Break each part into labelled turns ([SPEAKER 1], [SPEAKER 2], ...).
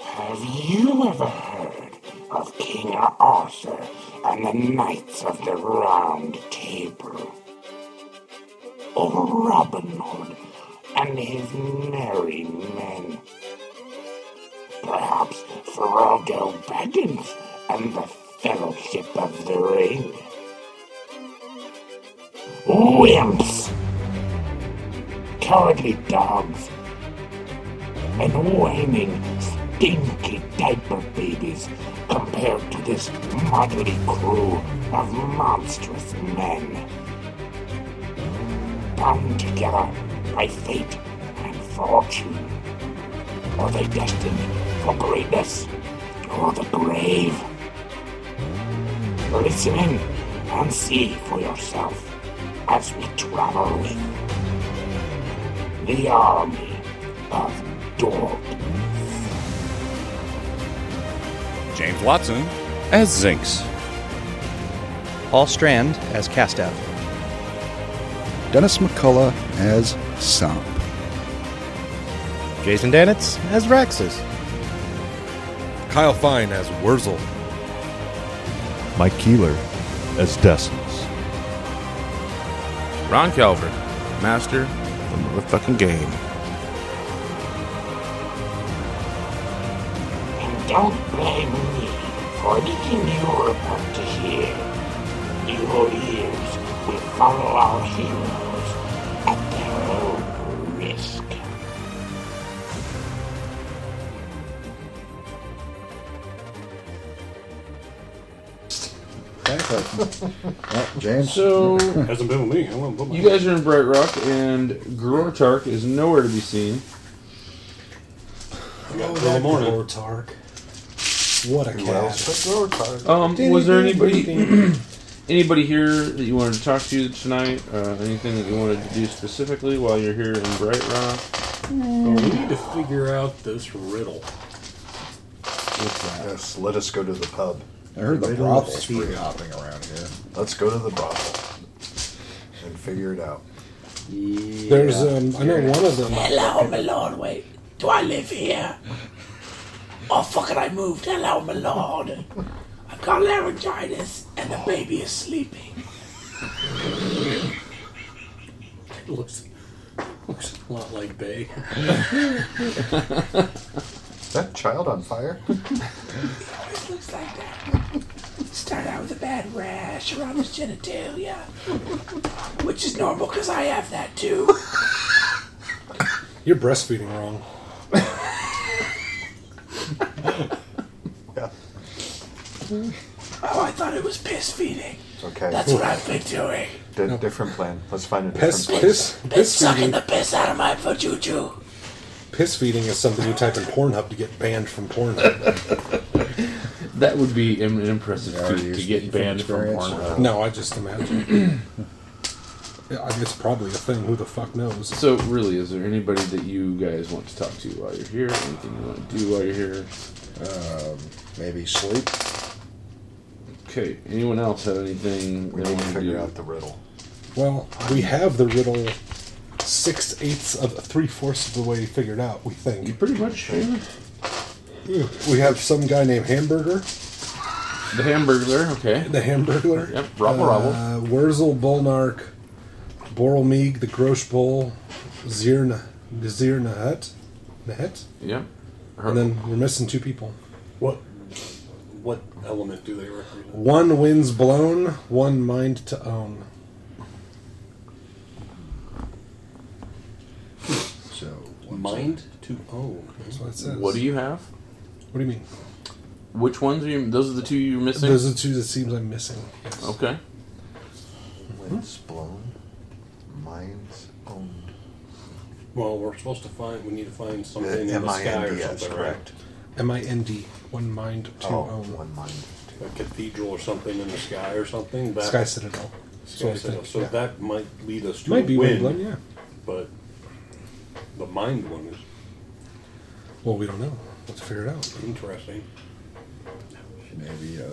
[SPEAKER 1] Have you ever heard of King Arthur and the Knights of the Round Table? Or Robin Hood and his merry men? Perhaps Frodo Baggins and the Fellowship of the Ring? Wimps! Cowardly dogs! and whining, stinky diaper babies compared to this motley crew of monstrous men. Bound together by fate and fortune, are they destined for greatness or the grave? Listen in and see for yourself as we travel with the army of dog.
[SPEAKER 2] James Watson as Zinx.
[SPEAKER 3] Paul Strand as Castav.
[SPEAKER 4] Dennis McCullough as Somp.
[SPEAKER 5] Jason Danitz as Raxus.
[SPEAKER 6] Kyle Fine as Wurzel.
[SPEAKER 7] Mike Keeler as Destins.
[SPEAKER 8] Ron Calvert, master of the motherfucking game.
[SPEAKER 1] And don't blame me for anything you're about to hear. Your ears will follow our heroes at their own risk.
[SPEAKER 4] Oh, James.
[SPEAKER 9] So
[SPEAKER 10] Hasn't been with me. I wouldn't put my
[SPEAKER 9] you guys are in Bright Rock, and Grotark is nowhere to be seen.
[SPEAKER 10] till the morning.
[SPEAKER 11] What a cat.
[SPEAKER 9] Um, was there anybody anybody here that you wanted to talk to tonight? Uh, anything that you wanted to do specifically while you're here in Bright Rock?
[SPEAKER 10] Oh, we need to figure out this riddle.
[SPEAKER 11] Yes, let us go to the pub.
[SPEAKER 4] I heard the brothel's free hopping around here.
[SPEAKER 11] Let's go to the brothel and figure it out.
[SPEAKER 10] There's
[SPEAKER 11] um, I know one of them-
[SPEAKER 1] Hello, my lord. Wait, do I live here? Oh, fuck it, I moved. Hello, my lord. I've got laryngitis, and the baby is sleeping.
[SPEAKER 10] It looks, looks a lot like Bay.
[SPEAKER 11] Is that child on fire?
[SPEAKER 1] Always looks like that. Start out with a bad rash around his genitalia, which is normal because I have that too.
[SPEAKER 10] You're breastfeeding wrong.
[SPEAKER 1] Oh, I thought it was piss feeding.
[SPEAKER 11] It's okay.
[SPEAKER 1] That's what I've been doing.
[SPEAKER 11] Di- Different plan. Let's find a different
[SPEAKER 10] Piss,
[SPEAKER 11] place.
[SPEAKER 10] piss,
[SPEAKER 1] Been
[SPEAKER 10] piss
[SPEAKER 1] sucking
[SPEAKER 10] feeding.
[SPEAKER 1] the piss out of my fajuju.
[SPEAKER 10] Piss feeding is something you type in Pornhub to get banned from Pornhub.
[SPEAKER 9] That would be an impressive
[SPEAKER 4] Yeah,
[SPEAKER 9] feat to
[SPEAKER 4] you-
[SPEAKER 9] get
[SPEAKER 4] you
[SPEAKER 9] banned from
[SPEAKER 4] experience.
[SPEAKER 9] Pornhub.
[SPEAKER 10] no, I just imagine. Yeah, I- it's probably a thing. Who the fuck knows?
[SPEAKER 9] So, really, is there anybody that you guys want to talk to while you're here? Anything you want to do while you're here?
[SPEAKER 4] Maybe sleep.
[SPEAKER 9] Okay. Anyone else have anything
[SPEAKER 11] We
[SPEAKER 9] they
[SPEAKER 11] need
[SPEAKER 9] want
[SPEAKER 11] to
[SPEAKER 9] to
[SPEAKER 11] figure
[SPEAKER 9] do?
[SPEAKER 11] out the riddle.
[SPEAKER 6] Well, we have the riddle six eighths of three fourths of the way figured out. We
[SPEAKER 9] You
[SPEAKER 6] think
[SPEAKER 9] pretty much yeah.
[SPEAKER 6] we have some guy named Hamburger,
[SPEAKER 9] the Hamburglar. Okay.
[SPEAKER 6] the Hamburglar.
[SPEAKER 9] Yep. Robble, robble.
[SPEAKER 6] Uh, Wurzel Bolnark, Borelmeeg, the Grosh Bull, Zirna, Zir Nahet, Nahet,
[SPEAKER 9] Yep. Her-
[SPEAKER 6] and then we're missing two people.
[SPEAKER 10] What what element do they represent?
[SPEAKER 6] One wind's blown, one mind to own.
[SPEAKER 4] So one Mm-hmm.
[SPEAKER 10] Mind to own.
[SPEAKER 6] That's what it says.
[SPEAKER 9] what do you have?
[SPEAKER 6] What do you mean?
[SPEAKER 9] Which ones are you? Those are the two you're missing.
[SPEAKER 6] Those are the two that seems I'm missing. Yes.
[SPEAKER 9] okay.
[SPEAKER 12] Hmm?
[SPEAKER 11] Wind's blown, mind's owned.
[SPEAKER 12] Well, we're supposed to find. We Oh, need to find something
[SPEAKER 11] The
[SPEAKER 12] in the sky or
[SPEAKER 11] MIND, yes,
[SPEAKER 12] something,
[SPEAKER 11] correct.
[SPEAKER 12] right? M I N D. One mind to
[SPEAKER 11] Oh,
[SPEAKER 12] own.
[SPEAKER 11] one mind.
[SPEAKER 12] A cathedral or something in the sky or something. That,
[SPEAKER 10] Sky Citadel. So
[SPEAKER 12] Sky
[SPEAKER 10] I
[SPEAKER 12] Citadel.
[SPEAKER 10] think,
[SPEAKER 12] So
[SPEAKER 10] yeah.
[SPEAKER 12] that might lead us to
[SPEAKER 10] Might
[SPEAKER 12] a
[SPEAKER 10] be
[SPEAKER 12] win,
[SPEAKER 10] Windblade, yeah.
[SPEAKER 12] But the mind one is
[SPEAKER 10] Well, we don't know. Let's figure it out.
[SPEAKER 12] interesting.
[SPEAKER 4] Maybe a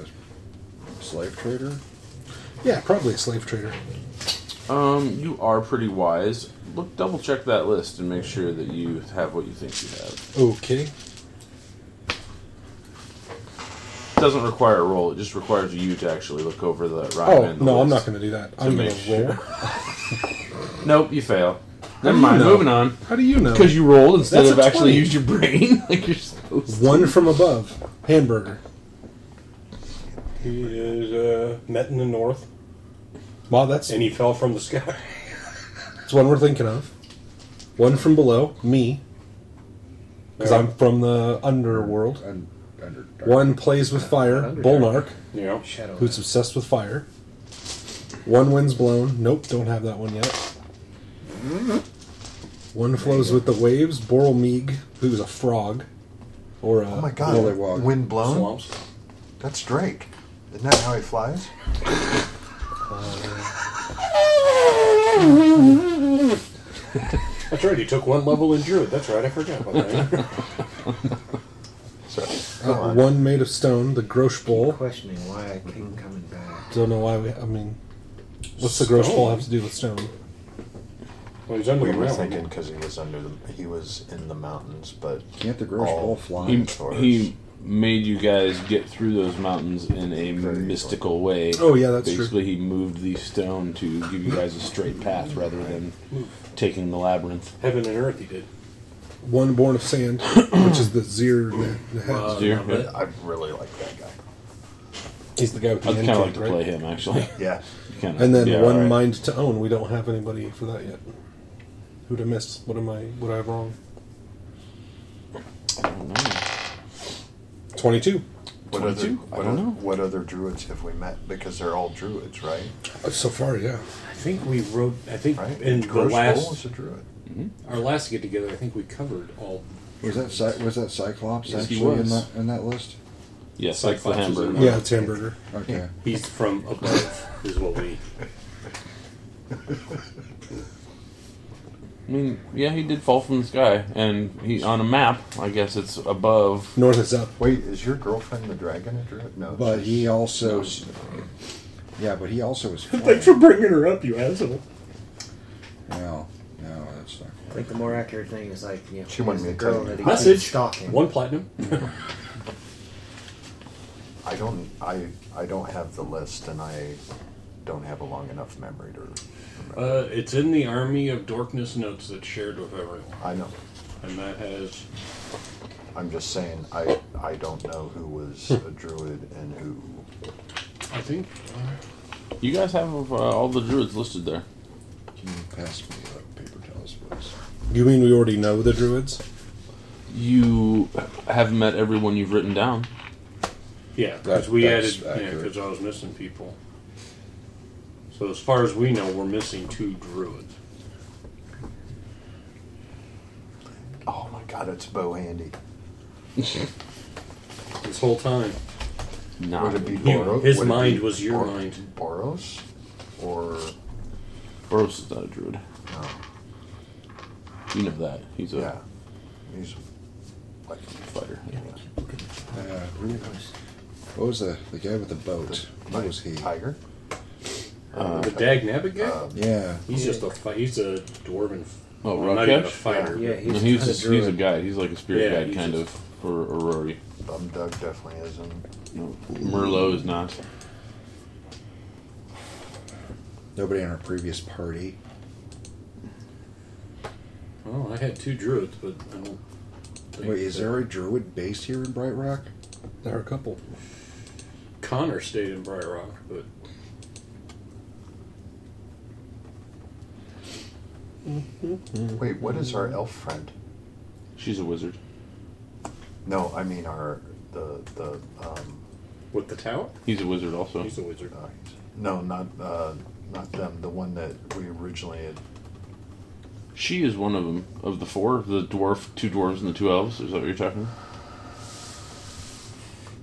[SPEAKER 4] slave trader?
[SPEAKER 10] Yeah, probably a slave trader.
[SPEAKER 9] Um, you are pretty wise. Look, double check that list and make sure that you have what you think you have.
[SPEAKER 10] Okay.
[SPEAKER 9] It doesn't require a roll. It just requires you to actually look over the rock
[SPEAKER 10] Oh,
[SPEAKER 9] and the
[SPEAKER 10] no, I'm not
[SPEAKER 9] list
[SPEAKER 10] gonna do that.
[SPEAKER 9] to
[SPEAKER 10] I'm
[SPEAKER 9] make
[SPEAKER 10] gonna roll.
[SPEAKER 9] nope, you fail.
[SPEAKER 10] How do
[SPEAKER 9] Never
[SPEAKER 10] you
[SPEAKER 9] mind.
[SPEAKER 10] know?
[SPEAKER 9] Moving on.
[SPEAKER 10] How do you know?
[SPEAKER 9] Because you rolled instead
[SPEAKER 10] That's
[SPEAKER 9] of
[SPEAKER 10] a
[SPEAKER 9] actually
[SPEAKER 10] 20.
[SPEAKER 9] used your brain. like you're supposed to.
[SPEAKER 10] One from above. Hamburger.
[SPEAKER 12] He is uh, met in the north,
[SPEAKER 10] Wow, that's
[SPEAKER 12] and he fell from the sky.
[SPEAKER 10] It's one we're thinking of. One from below, me, because
[SPEAKER 12] Yeah.
[SPEAKER 10] I'm from the underworld.
[SPEAKER 4] Underdark.
[SPEAKER 10] One plays with fire,
[SPEAKER 4] Underdark.
[SPEAKER 10] Bolnark,
[SPEAKER 12] Yeah.
[SPEAKER 10] who's obsessed with fire. One wind's blown. Nope, don't have that one yet. One flows with the waves, Boral Meeg, who's a frog, or a
[SPEAKER 11] Oh my god,
[SPEAKER 10] lillywog.
[SPEAKER 11] wind blown?
[SPEAKER 12] Swamps.
[SPEAKER 11] That's Drake. Isn't that how he flies?
[SPEAKER 12] That's right. He took one level in druid. That's right. I forgot about that.
[SPEAKER 10] Uh, one made of stone, the Grosh Bowl.
[SPEAKER 13] Questioning why I came coming back.
[SPEAKER 10] Don't know why we. I mean, what's the Grosh Bowl have to do with stone?
[SPEAKER 12] Well, he's
[SPEAKER 11] We
[SPEAKER 12] under the
[SPEAKER 11] were
[SPEAKER 12] ground.
[SPEAKER 11] thinking because he was under the he was in the mountains, but
[SPEAKER 4] Can't the gross
[SPEAKER 11] all
[SPEAKER 4] ball fly?
[SPEAKER 9] He,
[SPEAKER 11] towards-
[SPEAKER 9] he made you guys get through those mountains in a mystical way.
[SPEAKER 10] Oh, yeah, that's true.
[SPEAKER 9] Basically, he moved the stone to give you guys a straight path rather than taking the labyrinth.
[SPEAKER 12] Heaven and earth. He did.
[SPEAKER 10] One born of sand, which is the Zir.
[SPEAKER 9] Uh, Zir, I love yeah.
[SPEAKER 11] I really like that guy.
[SPEAKER 10] He's the guy with the
[SPEAKER 9] I'd
[SPEAKER 10] end
[SPEAKER 9] kind of like
[SPEAKER 10] cake,
[SPEAKER 9] to
[SPEAKER 10] right?
[SPEAKER 9] play him, actually.
[SPEAKER 11] Yeah.
[SPEAKER 9] Kinda-
[SPEAKER 10] And then
[SPEAKER 9] yeah,
[SPEAKER 10] one
[SPEAKER 9] alright.
[SPEAKER 10] mind to own. We don't have anybody for that yet. Who'd I miss? What am I? What I have wrong?
[SPEAKER 9] I don't know.
[SPEAKER 10] Twenty-two.
[SPEAKER 11] What other,
[SPEAKER 9] 22? I
[SPEAKER 11] what,
[SPEAKER 9] don't
[SPEAKER 11] oth-
[SPEAKER 9] know.
[SPEAKER 11] what other druids have we met? Because they're all druids, right?
[SPEAKER 10] Uh, So far, yeah.
[SPEAKER 12] I think we wrote. I think
[SPEAKER 11] Right.
[SPEAKER 12] in the
[SPEAKER 11] Grosh
[SPEAKER 12] last
[SPEAKER 11] Bowl is a druid.
[SPEAKER 12] our last get together, I think we covered all.
[SPEAKER 4] Was that Cy- was that Cyclops
[SPEAKER 9] Yes, he
[SPEAKER 4] actually in
[SPEAKER 9] was.
[SPEAKER 4] that in that list?
[SPEAKER 9] Yes, like the
[SPEAKER 12] Cyclops is
[SPEAKER 9] hamburger.
[SPEAKER 12] in-
[SPEAKER 10] Yeah, it's hamburger.
[SPEAKER 4] Okay.
[SPEAKER 12] He's from above, is what we.
[SPEAKER 9] I mean, yeah, he did fall from the sky, and he on a map. I guess it's above.
[SPEAKER 10] North is up.
[SPEAKER 11] Wait, is your girlfriend the dragon a druid? No.
[SPEAKER 4] But
[SPEAKER 11] she's-
[SPEAKER 4] he also,
[SPEAKER 11] no.
[SPEAKER 4] yeah, but he also was.
[SPEAKER 12] Thanks for bringing her up, you asshole.
[SPEAKER 4] Well, no, that's not.
[SPEAKER 13] I think the more accurate thing is like, you know,
[SPEAKER 11] She wanted
[SPEAKER 13] is
[SPEAKER 11] me
[SPEAKER 13] the
[SPEAKER 11] to
[SPEAKER 13] girl
[SPEAKER 11] tell you.
[SPEAKER 13] that he keeps
[SPEAKER 12] Message.
[SPEAKER 13] stalking.
[SPEAKER 12] One platinum.
[SPEAKER 11] I don't. I I don't have the list, and I don't have a long enough memory to. Remember.
[SPEAKER 12] Uh, it's in the Army of Dorkness notes that's shared with everyone,
[SPEAKER 11] I know.
[SPEAKER 12] and that has
[SPEAKER 11] I'm just saying. I I don't know who was a
[SPEAKER 12] Hmm.
[SPEAKER 11] druid and who.
[SPEAKER 12] I think
[SPEAKER 9] You guys have uh, all the druids listed there.
[SPEAKER 4] Can you pass me the paper towels, please?
[SPEAKER 10] You mean we already know the druids?
[SPEAKER 9] You have met everyone you've written down.
[SPEAKER 12] yeah,
[SPEAKER 4] That-
[SPEAKER 12] because we
[SPEAKER 4] that's
[SPEAKER 12] added yeah,
[SPEAKER 4] accurate.
[SPEAKER 12] because I was missing people. So as far as we know, we're missing two druids.
[SPEAKER 11] Oh my God! It's Bo Handy.
[SPEAKER 12] This whole time,
[SPEAKER 9] Nah.
[SPEAKER 11] Would it be
[SPEAKER 12] You-
[SPEAKER 11] Boros?
[SPEAKER 12] his
[SPEAKER 11] Would it be
[SPEAKER 12] mind was your
[SPEAKER 11] Bor-
[SPEAKER 12] mind.
[SPEAKER 11] Boros, or
[SPEAKER 9] Boros is not a druid.
[SPEAKER 11] no?
[SPEAKER 9] You know that. He's a
[SPEAKER 11] Yeah, he's like
[SPEAKER 9] fighter.
[SPEAKER 4] Uh, who- what was the the guy with the boat? What was he?
[SPEAKER 11] tiger.
[SPEAKER 12] the Dag Nabbit guy.
[SPEAKER 10] Uh,
[SPEAKER 4] Yeah,
[SPEAKER 12] he's just a fi- he's a dwarven.
[SPEAKER 9] Oh,
[SPEAKER 12] well, not even a
[SPEAKER 9] Rakesh?
[SPEAKER 12] fighter.
[SPEAKER 13] Yeah,
[SPEAKER 9] He's,
[SPEAKER 13] he's,
[SPEAKER 9] he's,
[SPEAKER 13] not a
[SPEAKER 9] just,
[SPEAKER 13] druid.
[SPEAKER 9] he's a guide. He's like a spirit
[SPEAKER 12] Yeah,
[SPEAKER 9] guide,
[SPEAKER 12] he's
[SPEAKER 9] kind
[SPEAKER 12] just-
[SPEAKER 9] of, for Aurori.
[SPEAKER 11] Bum Um, Doug definitely isn't.
[SPEAKER 9] No, Merlot is not.
[SPEAKER 4] nobody in our previous party.
[SPEAKER 12] Well, I had two druids, but I don't. Think
[SPEAKER 4] Wait, is
[SPEAKER 12] that-
[SPEAKER 4] there a druid based here in Bright Rock?
[SPEAKER 10] There are a couple.
[SPEAKER 12] Connor stayed in Bright Rock, but
[SPEAKER 11] Wait, what is our elf friend?
[SPEAKER 9] She's a wizard.
[SPEAKER 11] No, I mean our the the um,
[SPEAKER 12] with the tower,
[SPEAKER 9] He's a wizard also.
[SPEAKER 12] he's a wizard.
[SPEAKER 11] uh, no, not uh, not them. The one that we originally had
[SPEAKER 9] She is one of them, of the four, the dwarf, two dwarves, and the two elves. Is that what you're talking? about?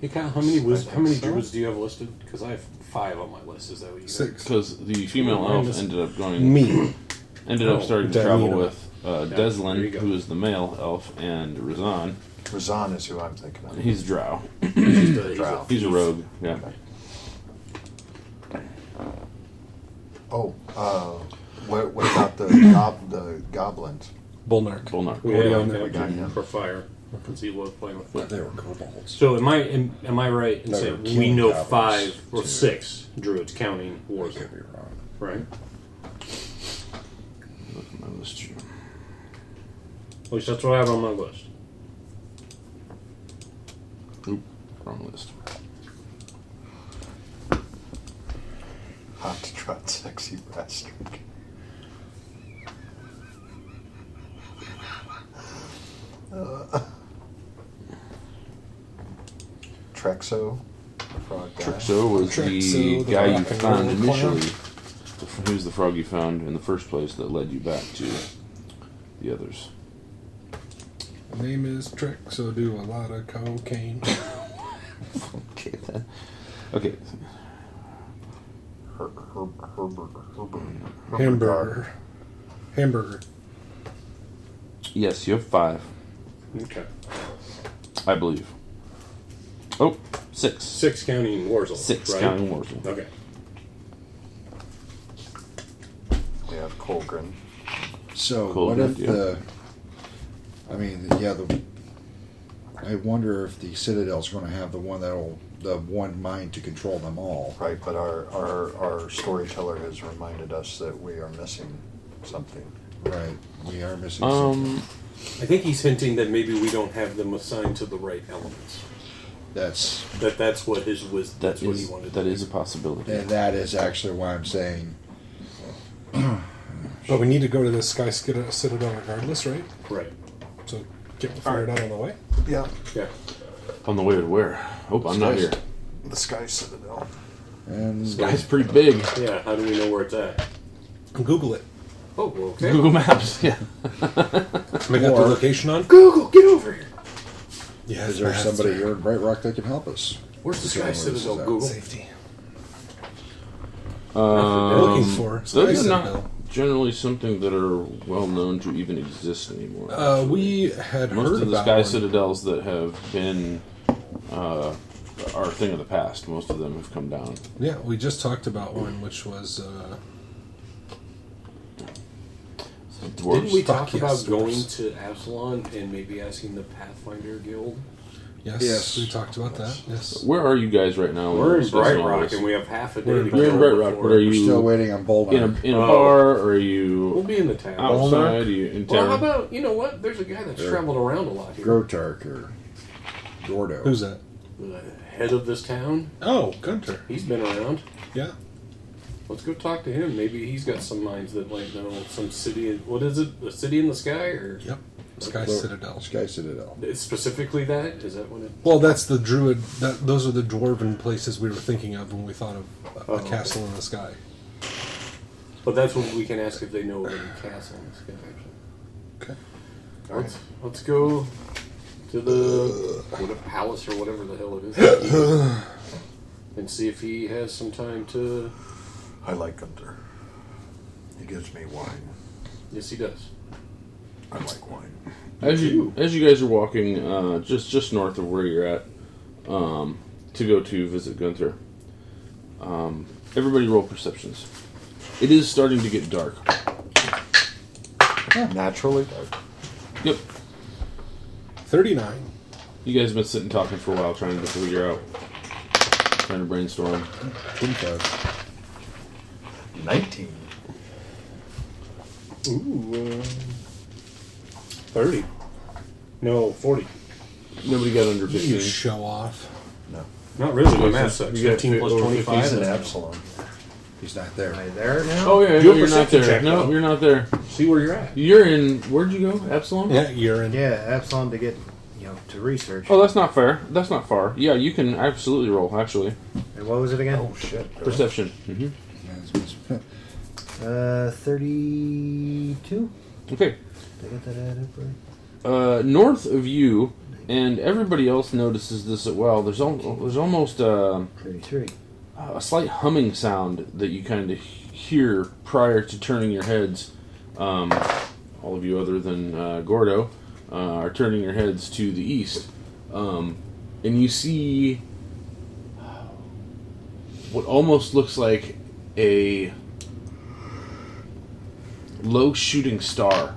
[SPEAKER 12] Hey, Kyle, how many wiz- how many druids do you have listed? Because I have five on my list. Is that what you
[SPEAKER 6] Six.
[SPEAKER 9] Because the female
[SPEAKER 12] Well,
[SPEAKER 9] elf
[SPEAKER 12] minus
[SPEAKER 9] ended up going.
[SPEAKER 12] me.
[SPEAKER 9] Ended up
[SPEAKER 12] Oh,
[SPEAKER 9] starting to
[SPEAKER 12] Danita.
[SPEAKER 9] travel with uh,
[SPEAKER 12] Yeah, there you
[SPEAKER 9] Deslin,
[SPEAKER 12] go.
[SPEAKER 9] who is the male elf, and Razan.
[SPEAKER 11] Razan is who I'm thinking of.
[SPEAKER 9] He's Drow.
[SPEAKER 11] He's a- Drow.
[SPEAKER 9] He's a rogue, yeah.
[SPEAKER 11] Oh, uh, what, what about the gob, the goblins?
[SPEAKER 6] Bullnark.
[SPEAKER 9] Bullnark.
[SPEAKER 12] We had
[SPEAKER 11] Yeah,
[SPEAKER 12] him
[SPEAKER 11] we got him.
[SPEAKER 12] for fire because he loved playing with fire.
[SPEAKER 4] They were kobolds.
[SPEAKER 12] So am I am, am I right in
[SPEAKER 4] No,
[SPEAKER 12] saying
[SPEAKER 4] they're
[SPEAKER 12] we know
[SPEAKER 4] goblins,
[SPEAKER 12] five or
[SPEAKER 4] too.
[SPEAKER 12] six druids counting wars?
[SPEAKER 4] Could be wrong.
[SPEAKER 12] Right.
[SPEAKER 9] Look at my list here.
[SPEAKER 12] At least that's what I have on my list.
[SPEAKER 9] Oop, wrong list.
[SPEAKER 11] Hot trot, sexy bastard. Uh, Trexo, the frog guy.
[SPEAKER 9] Trexo was the
[SPEAKER 11] Trexo,
[SPEAKER 9] guy you
[SPEAKER 11] rock and
[SPEAKER 9] found
[SPEAKER 11] roll clown.
[SPEAKER 9] initially. The f- He was the frog you found in the first place that led you back to the others.
[SPEAKER 6] Name is Trick, so do a lot of cocaine.
[SPEAKER 9] Okay, then. Okay.
[SPEAKER 11] Her, her, Herbert, Herbert,
[SPEAKER 6] Hamburger. Hamburger.
[SPEAKER 9] Yes, you have five,
[SPEAKER 12] Okay.
[SPEAKER 9] I believe. Oh, six.
[SPEAKER 12] Six counting wars.
[SPEAKER 9] Six
[SPEAKER 12] right?
[SPEAKER 9] counting Warzel.
[SPEAKER 12] Okay.
[SPEAKER 11] We have Colgren.
[SPEAKER 4] So
[SPEAKER 9] Cool,
[SPEAKER 4] what
[SPEAKER 9] good
[SPEAKER 4] if
[SPEAKER 9] deal.
[SPEAKER 4] the? I mean, yeah. The, I wonder if the Citadel's going to have the one that'll the one mind to control them all.
[SPEAKER 11] Right, but our, our, our storyteller has reminded us that we are missing something.
[SPEAKER 4] Right. We are missing.
[SPEAKER 9] Um,
[SPEAKER 12] I think he's hinting that maybe we don't have them assigned to the right elements.
[SPEAKER 4] That's
[SPEAKER 12] That that's what his was. That's
[SPEAKER 9] That
[SPEAKER 12] what he
[SPEAKER 9] is,
[SPEAKER 12] wanted.
[SPEAKER 9] that is a possibility.
[SPEAKER 4] and that is actually why I'm saying
[SPEAKER 6] But we need to go to the Sky Cita- Citadel regardless, right?
[SPEAKER 12] Right.
[SPEAKER 6] So get fired out on the way.
[SPEAKER 11] Yeah.
[SPEAKER 12] Yeah.
[SPEAKER 9] On the way to where? Oh, I'm not here.
[SPEAKER 11] The Sky Citadel.
[SPEAKER 4] and
[SPEAKER 9] This guy's pretty big.
[SPEAKER 12] Yeah. How do we know where it's at?
[SPEAKER 6] Google it.
[SPEAKER 12] Oh, well, okay.
[SPEAKER 9] Google Maps. Yeah.
[SPEAKER 6] I got the
[SPEAKER 4] Or-
[SPEAKER 6] location on.
[SPEAKER 12] Google, get over here.
[SPEAKER 6] Yeah,
[SPEAKER 4] is there somebody here in Bright Rock that can help us?
[SPEAKER 12] Where's the
[SPEAKER 4] Determine
[SPEAKER 12] Sky
[SPEAKER 4] where this
[SPEAKER 12] Citadel?
[SPEAKER 4] is at.
[SPEAKER 12] Google.
[SPEAKER 6] Safety.
[SPEAKER 9] Um,
[SPEAKER 6] looking for.
[SPEAKER 9] Those
[SPEAKER 6] Sky
[SPEAKER 9] are not
[SPEAKER 6] Citadel.
[SPEAKER 9] generally something that are well known to even exist anymore.
[SPEAKER 6] Uh, we had
[SPEAKER 9] Most
[SPEAKER 6] heard
[SPEAKER 9] of the
[SPEAKER 6] about
[SPEAKER 9] sky
[SPEAKER 6] one.
[SPEAKER 9] citadels that have been uh, are a thing of the past. Most of them have come down.
[SPEAKER 6] Yeah, we just talked about one, which was uh,
[SPEAKER 9] The dwarves.
[SPEAKER 12] Didn't we
[SPEAKER 6] Fuck
[SPEAKER 12] talk
[SPEAKER 6] yes,
[SPEAKER 12] about
[SPEAKER 6] dwarves.
[SPEAKER 12] going to Absalon and maybe asking the Pathfinder Guild?
[SPEAKER 6] yes,
[SPEAKER 4] Yes.
[SPEAKER 6] we talked about that. Yes,
[SPEAKER 9] Where are you guys right now?
[SPEAKER 12] We're in
[SPEAKER 9] This
[SPEAKER 12] Bright
[SPEAKER 9] is all
[SPEAKER 12] Rock
[SPEAKER 9] this.
[SPEAKER 12] and we have half a day.
[SPEAKER 6] We're in
[SPEAKER 12] to
[SPEAKER 9] You're in
[SPEAKER 12] go
[SPEAKER 9] Bright Rock.
[SPEAKER 12] before-
[SPEAKER 9] What are
[SPEAKER 4] We're still
[SPEAKER 9] you?
[SPEAKER 4] waiting on Bullmark.
[SPEAKER 9] In a, in a
[SPEAKER 12] Oh.
[SPEAKER 9] bar? Or are
[SPEAKER 12] We'll
[SPEAKER 9] you
[SPEAKER 12] be in the town.
[SPEAKER 9] Oh, outside? Are you in
[SPEAKER 12] Well,
[SPEAKER 9] town?
[SPEAKER 12] how about you know what? There's a guy that's traveled around a lot here.
[SPEAKER 4] Grotark or Gordo.
[SPEAKER 6] who's that?
[SPEAKER 12] The head of this town.
[SPEAKER 6] Oh, Gunter.
[SPEAKER 12] He's been around.
[SPEAKER 6] Yeah,
[SPEAKER 12] Let's go talk to him. Maybe he's got some minds that might know some city. What is it? A city in the sky, or
[SPEAKER 6] yep. Sky
[SPEAKER 4] Gro-
[SPEAKER 6] Citadel.
[SPEAKER 4] Sky Citadel.
[SPEAKER 12] it's specifically that? Is that what it?
[SPEAKER 6] Well, that's the druid. That those are the dwarven places we were thinking of when we thought of a, a
[SPEAKER 12] Oh.
[SPEAKER 6] castle in the sky.
[SPEAKER 12] But that's what we can ask if they know of any castle in the sky. Actually.
[SPEAKER 6] Okay.
[SPEAKER 12] Let's let's go to the what a palace or whatever the hell it is, and see if he has some time to.
[SPEAKER 11] I like Gunther. He gives me wine.
[SPEAKER 12] Yes, he does.
[SPEAKER 11] I like wine.
[SPEAKER 9] As you as you guys are walking, uh, just just north of where you're at, um, to go to visit Gunther, um, everybody roll perceptions. It is starting to get dark.
[SPEAKER 11] Naturally?
[SPEAKER 9] Yep,
[SPEAKER 6] Thirty-nine.
[SPEAKER 9] you guys have been sitting talking for a while, trying to figure out, trying to brainstorm.
[SPEAKER 4] Think of
[SPEAKER 11] 19.
[SPEAKER 12] Ooh, uh, thirty. No, forty.
[SPEAKER 9] Nobody got under
[SPEAKER 6] You
[SPEAKER 9] fifteen.
[SPEAKER 6] show off.
[SPEAKER 11] No.
[SPEAKER 12] Not really. My
[SPEAKER 9] You
[SPEAKER 12] math
[SPEAKER 9] got-
[SPEAKER 12] sucks.
[SPEAKER 9] you got
[SPEAKER 12] Fifteen plus
[SPEAKER 9] over
[SPEAKER 12] twenty-five.
[SPEAKER 11] He's
[SPEAKER 9] fifteen.
[SPEAKER 11] an
[SPEAKER 12] that's-
[SPEAKER 11] Absalom.
[SPEAKER 4] He's not there.
[SPEAKER 13] Am I there now?
[SPEAKER 9] Oh yeah,
[SPEAKER 12] Do a
[SPEAKER 9] you're not
[SPEAKER 12] perception
[SPEAKER 9] there.
[SPEAKER 12] check,
[SPEAKER 9] no,
[SPEAKER 12] though.
[SPEAKER 9] you're not there.
[SPEAKER 12] See where you're at.
[SPEAKER 9] You're in. Where'd you go, Absalom?
[SPEAKER 6] Yeah, you're in.
[SPEAKER 13] Yeah, Absalom to get you know to research.
[SPEAKER 9] Oh, that's not fair. That's not far. Yeah, you can absolutely roll. Actually,
[SPEAKER 13] and what was it again?
[SPEAKER 11] Oh, shit.
[SPEAKER 9] perception. Mm-hmm.
[SPEAKER 13] Uh, thirty-two.
[SPEAKER 9] Okay.
[SPEAKER 13] Did I get that ad up right?
[SPEAKER 9] uh, north of you, and everybody else notices this as well. There's al- there's almost uh, a, a slight humming sound that you kind of hear prior to turning your heads. Um, all of you, other than uh, Gordo, uh, are turning your heads to the east, um, and you see what almost looks like a low shooting star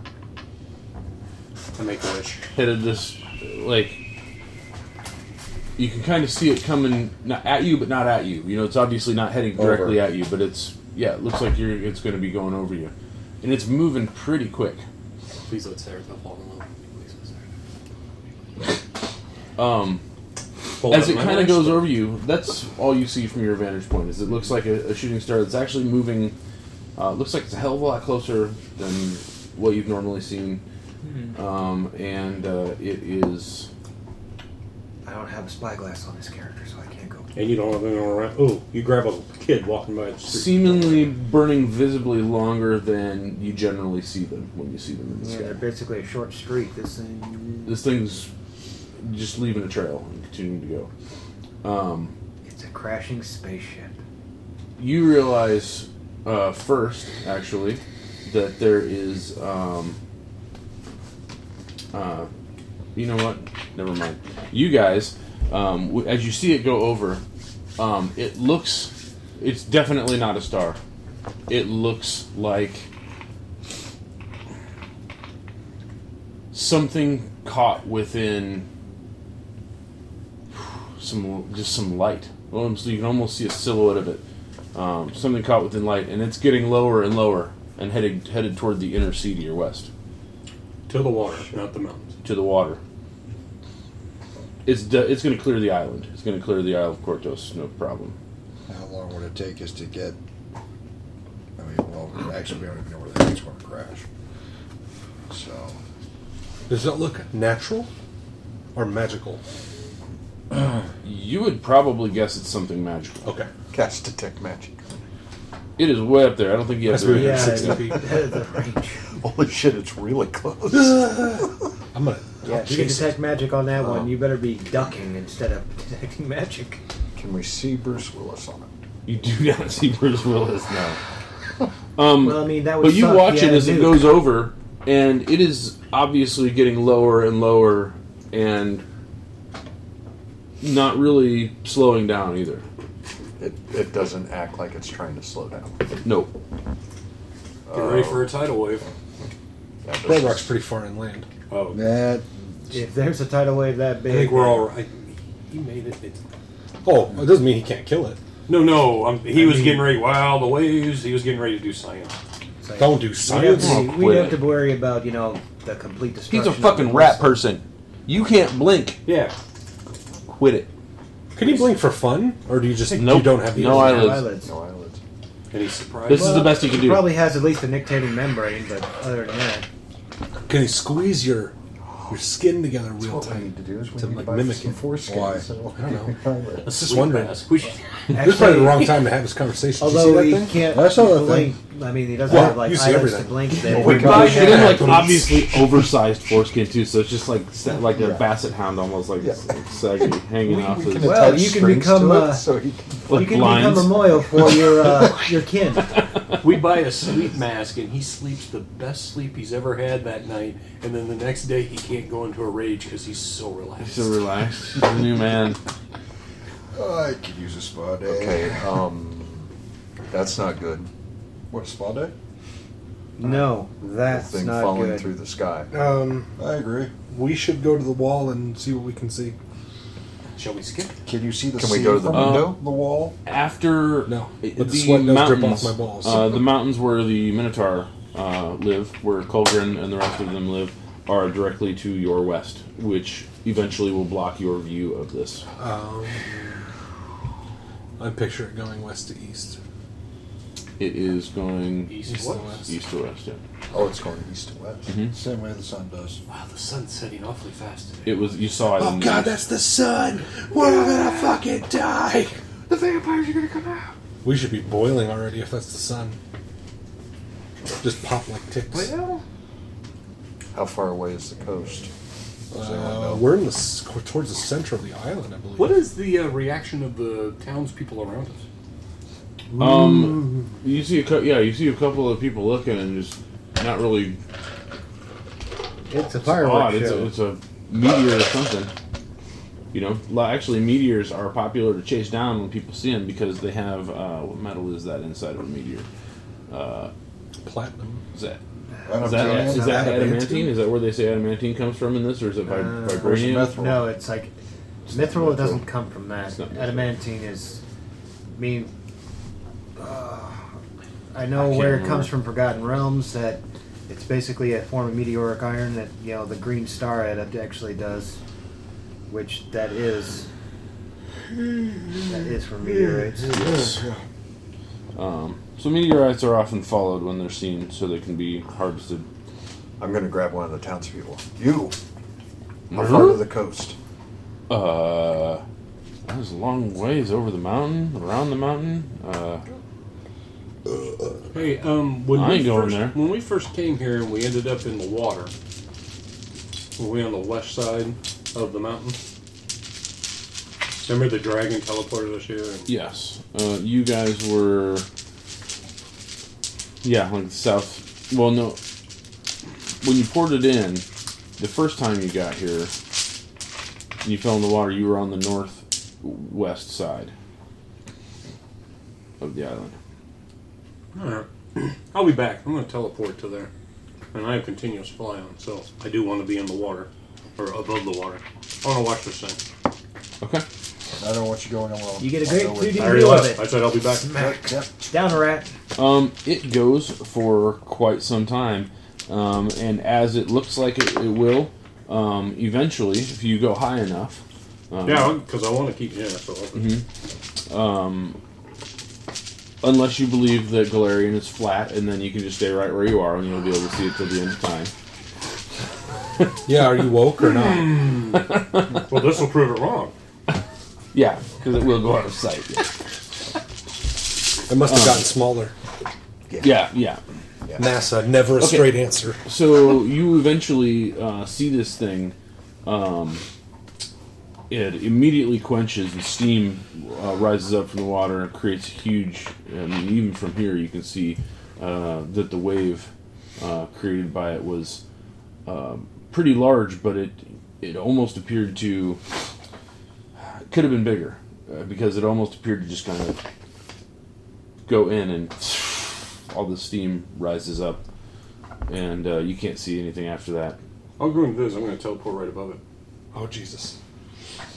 [SPEAKER 12] I make a wish.
[SPEAKER 9] headed this like you can kind of see it coming not at you but not at you you know it's obviously not heading directly
[SPEAKER 12] Over.
[SPEAKER 9] at you but it's yeah it looks like you're it's going to be going over you and it's moving pretty quick
[SPEAKER 12] Please let Sarah not fall in love. Please let Sarah.
[SPEAKER 9] um
[SPEAKER 12] Hold
[SPEAKER 9] as
[SPEAKER 12] up,
[SPEAKER 9] it
[SPEAKER 12] my
[SPEAKER 9] kind of
[SPEAKER 12] bad.
[SPEAKER 9] goes over you that's all you see from your vantage point is it looks like a, a shooting star that's actually moving uh, looks like it's a hell of a lot closer than what you've normally seen um, and uh, it is
[SPEAKER 13] I don't have a spyglass on this character, so I can't go.
[SPEAKER 10] And you don't have anyone around. Oh, you grab a kid walking by the street.
[SPEAKER 9] seemingly burning visibly longer than you generally see them when you see them in the
[SPEAKER 13] Yeah, they're
[SPEAKER 9] sky.
[SPEAKER 13] basically a short street. This thing.
[SPEAKER 9] This thing's just leaving a trail and continuing to go. Um,
[SPEAKER 13] It's a crashing spaceship.
[SPEAKER 9] you realize uh, first, actually, that there is. Um, uh, you know what? Never mind. You guys, um, w- as you see it go over, um, it looks. It's definitely not a star. It looks like something caught within some just some light. Almost, you can almost see a silhouette of it. Um, something caught within light, and it's getting lower and lower, and headed headed toward the inner sea to your west,
[SPEAKER 10] To the water, not the mountains.
[SPEAKER 9] to the water. It's de- it's going to clear the island. It's going to clear the Isle of Cortos, no problem.
[SPEAKER 4] How long would it take us to get? I mean, well, actually, we don't even know where the thing's going to crash. So,
[SPEAKER 10] Does that look natural or magical?
[SPEAKER 9] You would probably guess it's something magical.
[SPEAKER 10] Okay.
[SPEAKER 11] Cast detect magic.
[SPEAKER 9] It is way up there. I don't think you have
[SPEAKER 10] That's
[SPEAKER 9] to.
[SPEAKER 10] really
[SPEAKER 13] Yeah,
[SPEAKER 10] 60
[SPEAKER 13] the,
[SPEAKER 10] feet.
[SPEAKER 13] the range.
[SPEAKER 11] Holy shit, it's really close.
[SPEAKER 10] I'm gonna.
[SPEAKER 13] Yeah, if you can
[SPEAKER 10] Jeez.
[SPEAKER 13] detect magic on that
[SPEAKER 11] Oh.
[SPEAKER 13] one, you better be ducking instead of detecting magic.
[SPEAKER 11] Can we see Bruce Willis on it?
[SPEAKER 9] You do not see Bruce Willis now. Um,
[SPEAKER 13] Well, I mean, that would
[SPEAKER 9] but you
[SPEAKER 13] suck.
[SPEAKER 9] watch
[SPEAKER 13] Yeah,
[SPEAKER 9] it as
[SPEAKER 13] dude.
[SPEAKER 9] it goes over, and it is obviously getting lower and lower, and not really slowing down either.
[SPEAKER 11] It, it doesn't act like it's trying to slow down.
[SPEAKER 9] No,
[SPEAKER 12] Get ready for a tidal wave.
[SPEAKER 11] Yeah, this
[SPEAKER 10] Red
[SPEAKER 11] is-
[SPEAKER 10] Rock's pretty far inland.
[SPEAKER 12] Oh,
[SPEAKER 4] that
[SPEAKER 13] If there's a tidal wave that
[SPEAKER 12] I
[SPEAKER 13] big,
[SPEAKER 12] think we're all right. He made it. It's,
[SPEAKER 10] Oh, it doesn't mean he can't kill it.
[SPEAKER 12] no, no. i he
[SPEAKER 10] I
[SPEAKER 12] was
[SPEAKER 10] mean-
[SPEAKER 12] getting ready. Wow, the waves. He was getting ready to do science.
[SPEAKER 13] It's
[SPEAKER 10] Don't
[SPEAKER 13] We'd
[SPEAKER 10] do
[SPEAKER 13] have,
[SPEAKER 10] science.
[SPEAKER 13] to,
[SPEAKER 9] Oh,
[SPEAKER 13] we'd have
[SPEAKER 9] quit.
[SPEAKER 13] to worry about you know the complete destruction.
[SPEAKER 9] he's a
[SPEAKER 13] of
[SPEAKER 9] fucking
[SPEAKER 13] the
[SPEAKER 9] rat
[SPEAKER 13] person.
[SPEAKER 9] person. You can't blink.
[SPEAKER 12] Yeah.
[SPEAKER 9] Quit it.
[SPEAKER 10] Can you blink for fun, or do you just
[SPEAKER 9] Nope.
[SPEAKER 10] you don't have the
[SPEAKER 9] No
[SPEAKER 10] ability?
[SPEAKER 9] eyelids.
[SPEAKER 13] No eyelids.
[SPEAKER 11] No eyelids.
[SPEAKER 12] And he's surprised.
[SPEAKER 9] This is the best you
[SPEAKER 13] He
[SPEAKER 9] can do.
[SPEAKER 13] probably has at least a nictating membrane, but other than that,
[SPEAKER 10] Can you squeeze your your skin together real
[SPEAKER 11] What we
[SPEAKER 10] tight?
[SPEAKER 11] need to do is we
[SPEAKER 10] To,
[SPEAKER 11] need
[SPEAKER 10] like,
[SPEAKER 11] to buy
[SPEAKER 10] mimic
[SPEAKER 11] some
[SPEAKER 10] it.
[SPEAKER 11] foreskins.
[SPEAKER 4] Why?
[SPEAKER 11] and-
[SPEAKER 10] I don't
[SPEAKER 11] Eyelids.
[SPEAKER 10] It's just wondering.
[SPEAKER 12] Pass. We should,
[SPEAKER 10] This is probably the
[SPEAKER 13] Actually-
[SPEAKER 10] wrong time to have this conversation. Did
[SPEAKER 13] although
[SPEAKER 10] you see that
[SPEAKER 13] he
[SPEAKER 10] thing?
[SPEAKER 13] can't
[SPEAKER 4] I saw that
[SPEAKER 13] blink, I mean, he doesn't
[SPEAKER 10] Well,
[SPEAKER 13] have like
[SPEAKER 10] you see
[SPEAKER 13] eyelids
[SPEAKER 10] everything.
[SPEAKER 13] to blink.
[SPEAKER 11] we
[SPEAKER 13] Then
[SPEAKER 11] got-
[SPEAKER 9] But it is like obviously oversized foreskin too, so it's just like sa- like a basset hound, almost like
[SPEAKER 11] Yeah.
[SPEAKER 9] saggy, hanging off
[SPEAKER 11] We
[SPEAKER 9] his
[SPEAKER 11] can
[SPEAKER 13] Well,
[SPEAKER 11] attach
[SPEAKER 13] you can
[SPEAKER 11] strings
[SPEAKER 13] become,
[SPEAKER 11] to
[SPEAKER 13] uh,
[SPEAKER 11] it so he can
[SPEAKER 9] like
[SPEAKER 13] you can
[SPEAKER 9] lines.
[SPEAKER 13] become a moil for your uh, your kin.
[SPEAKER 12] we buy a sleep mask, and he sleeps the best sleep he's ever had that night. And then the next day, he can't go into a rage because he's so relaxed.
[SPEAKER 9] so relaxed, He's a new man.
[SPEAKER 4] I could use a spa day.
[SPEAKER 11] Okay, um, that's not good.
[SPEAKER 4] What spa day?
[SPEAKER 13] No, that's
[SPEAKER 11] the thing
[SPEAKER 13] not
[SPEAKER 11] falling
[SPEAKER 13] good.
[SPEAKER 11] through the sky.
[SPEAKER 10] Um,
[SPEAKER 4] I agree.
[SPEAKER 10] we should go to the wall and see what we can see.
[SPEAKER 12] Shall we skip?
[SPEAKER 4] Can you see the
[SPEAKER 11] Can we
[SPEAKER 4] sea
[SPEAKER 11] go to the
[SPEAKER 4] from
[SPEAKER 11] window?
[SPEAKER 4] the wall?
[SPEAKER 9] After
[SPEAKER 10] No,
[SPEAKER 9] it-
[SPEAKER 10] but the sweat does drip off my balls.
[SPEAKER 9] uh, the mountains where the Minotaur uh, live, where Colgrin and the rest of them live, are directly to your west, which eventually will block your view of this.
[SPEAKER 10] Um, I picture it going west to east.
[SPEAKER 9] It is going
[SPEAKER 12] East,
[SPEAKER 10] East
[SPEAKER 12] what?
[SPEAKER 10] to west.
[SPEAKER 9] east to west. Yeah.
[SPEAKER 11] Oh, it's going east to west.
[SPEAKER 4] Same way the sun does.
[SPEAKER 12] Wow, the sun's setting awfully fast today.
[SPEAKER 9] It was you saw it.
[SPEAKER 10] Oh
[SPEAKER 9] in the
[SPEAKER 10] god,
[SPEAKER 9] east.
[SPEAKER 10] that's the sun! We're gonna fucking die!
[SPEAKER 12] The vampires are gonna come out.
[SPEAKER 10] We should be boiling already if that's the sun. Just pop like ticks.
[SPEAKER 12] Well,
[SPEAKER 11] How far away is the coast? Does anyone
[SPEAKER 10] Uh,
[SPEAKER 11] know?
[SPEAKER 10] we're in the s- towards the center of the island, I believe.
[SPEAKER 14] What is the uh, reaction of the townspeople around us?
[SPEAKER 9] Um, you see a cou- yeah, you see a couple of people looking and just not really.
[SPEAKER 13] It's a
[SPEAKER 9] odd.
[SPEAKER 13] fireworks
[SPEAKER 9] It's a,
[SPEAKER 13] show.
[SPEAKER 9] it's a meteor or something. You know, Li- actually, meteors are popular to chase down when people see them because they have uh, what metal is that inside of a meteor? Uh,
[SPEAKER 10] Platinum.
[SPEAKER 9] Is that?
[SPEAKER 10] Platinum.
[SPEAKER 9] Is that, is that
[SPEAKER 10] Adamantium?
[SPEAKER 9] adamantine? Is that where they say adamantine comes from in this, or is it vib-
[SPEAKER 13] Uh,
[SPEAKER 9] vibranium?
[SPEAKER 13] No, it's like mithril doesn't come from that.
[SPEAKER 9] It's not mithril.
[SPEAKER 13] Adamantine is. I mean, uh, I know
[SPEAKER 9] can't
[SPEAKER 13] where it
[SPEAKER 9] remember.
[SPEAKER 13] comes from. Forgotten Realms that it's basically a form of meteoric iron that you know the green star ad actually does, which that is. That is from meteorites.
[SPEAKER 9] Yes. Um, so meteorites are often followed when they're seen, so they can be harvested.
[SPEAKER 11] I'm going to grab one of the townspeople. You. How far to
[SPEAKER 9] Mhm.
[SPEAKER 11] the coast?
[SPEAKER 9] Uh, that was a long ways over the mountain, around the mountain. Uh,
[SPEAKER 12] Hey, um, when
[SPEAKER 9] I
[SPEAKER 12] we
[SPEAKER 9] ain't going
[SPEAKER 12] first,
[SPEAKER 9] there.
[SPEAKER 12] When we first came here and we ended up in the water, were we on the west side of the mountain? Remember the dragon teleported us here? And
[SPEAKER 9] yes, uh, you guys were. Yeah, like south. Well, no. When you poured it in, the first time you got here, and you fell in the water. You were on the northwest side of the island.
[SPEAKER 12] Alright. I'll be back. I'm going to teleport to there. And I have continuous fly on, so I do want to be in the water. Or above the water. I want to watch this thing.
[SPEAKER 9] Okay.
[SPEAKER 11] I don't want you going alone.
[SPEAKER 13] You get a
[SPEAKER 11] I
[SPEAKER 13] great
[SPEAKER 11] know where-
[SPEAKER 13] 3D
[SPEAKER 12] I
[SPEAKER 13] view of
[SPEAKER 12] realized-
[SPEAKER 13] it.
[SPEAKER 12] I said I'll be back.
[SPEAKER 13] Smack.
[SPEAKER 11] Yep.
[SPEAKER 13] Down a rat.
[SPEAKER 9] Um, it goes for quite some time, um, and as it looks like it, it will, um, eventually, if you go high enough. Um,
[SPEAKER 12] yeah, because I want to keep. Yeah, so.
[SPEAKER 9] mhm, um, unless you believe that Galarian is flat, and then you can just stay right where you are, and you'll be able to see it till the end of time.
[SPEAKER 10] Yeah, are you woke or not?
[SPEAKER 12] well, this will prove it wrong.
[SPEAKER 9] Yeah, because it will go out of sight. yeah.
[SPEAKER 10] It must have
[SPEAKER 9] Um,
[SPEAKER 10] gotten smaller.
[SPEAKER 9] Yeah, yeah.
[SPEAKER 10] NASA, never a
[SPEAKER 9] Okay.
[SPEAKER 10] straight answer.
[SPEAKER 9] So you eventually uh, see this thing. Um, it immediately quenches. The steam uh, rises up from the water and creates a huge. I mean, even from here, you can see uh, that the wave uh, created by it was um pretty large, but it it almost appeared to it could have been bigger uh, because it almost appeared to just kind of go in and all the steam rises up and uh, you can't see anything after that
[SPEAKER 12] I'll go into this. I'm going to teleport right above it.
[SPEAKER 10] Oh Jesus!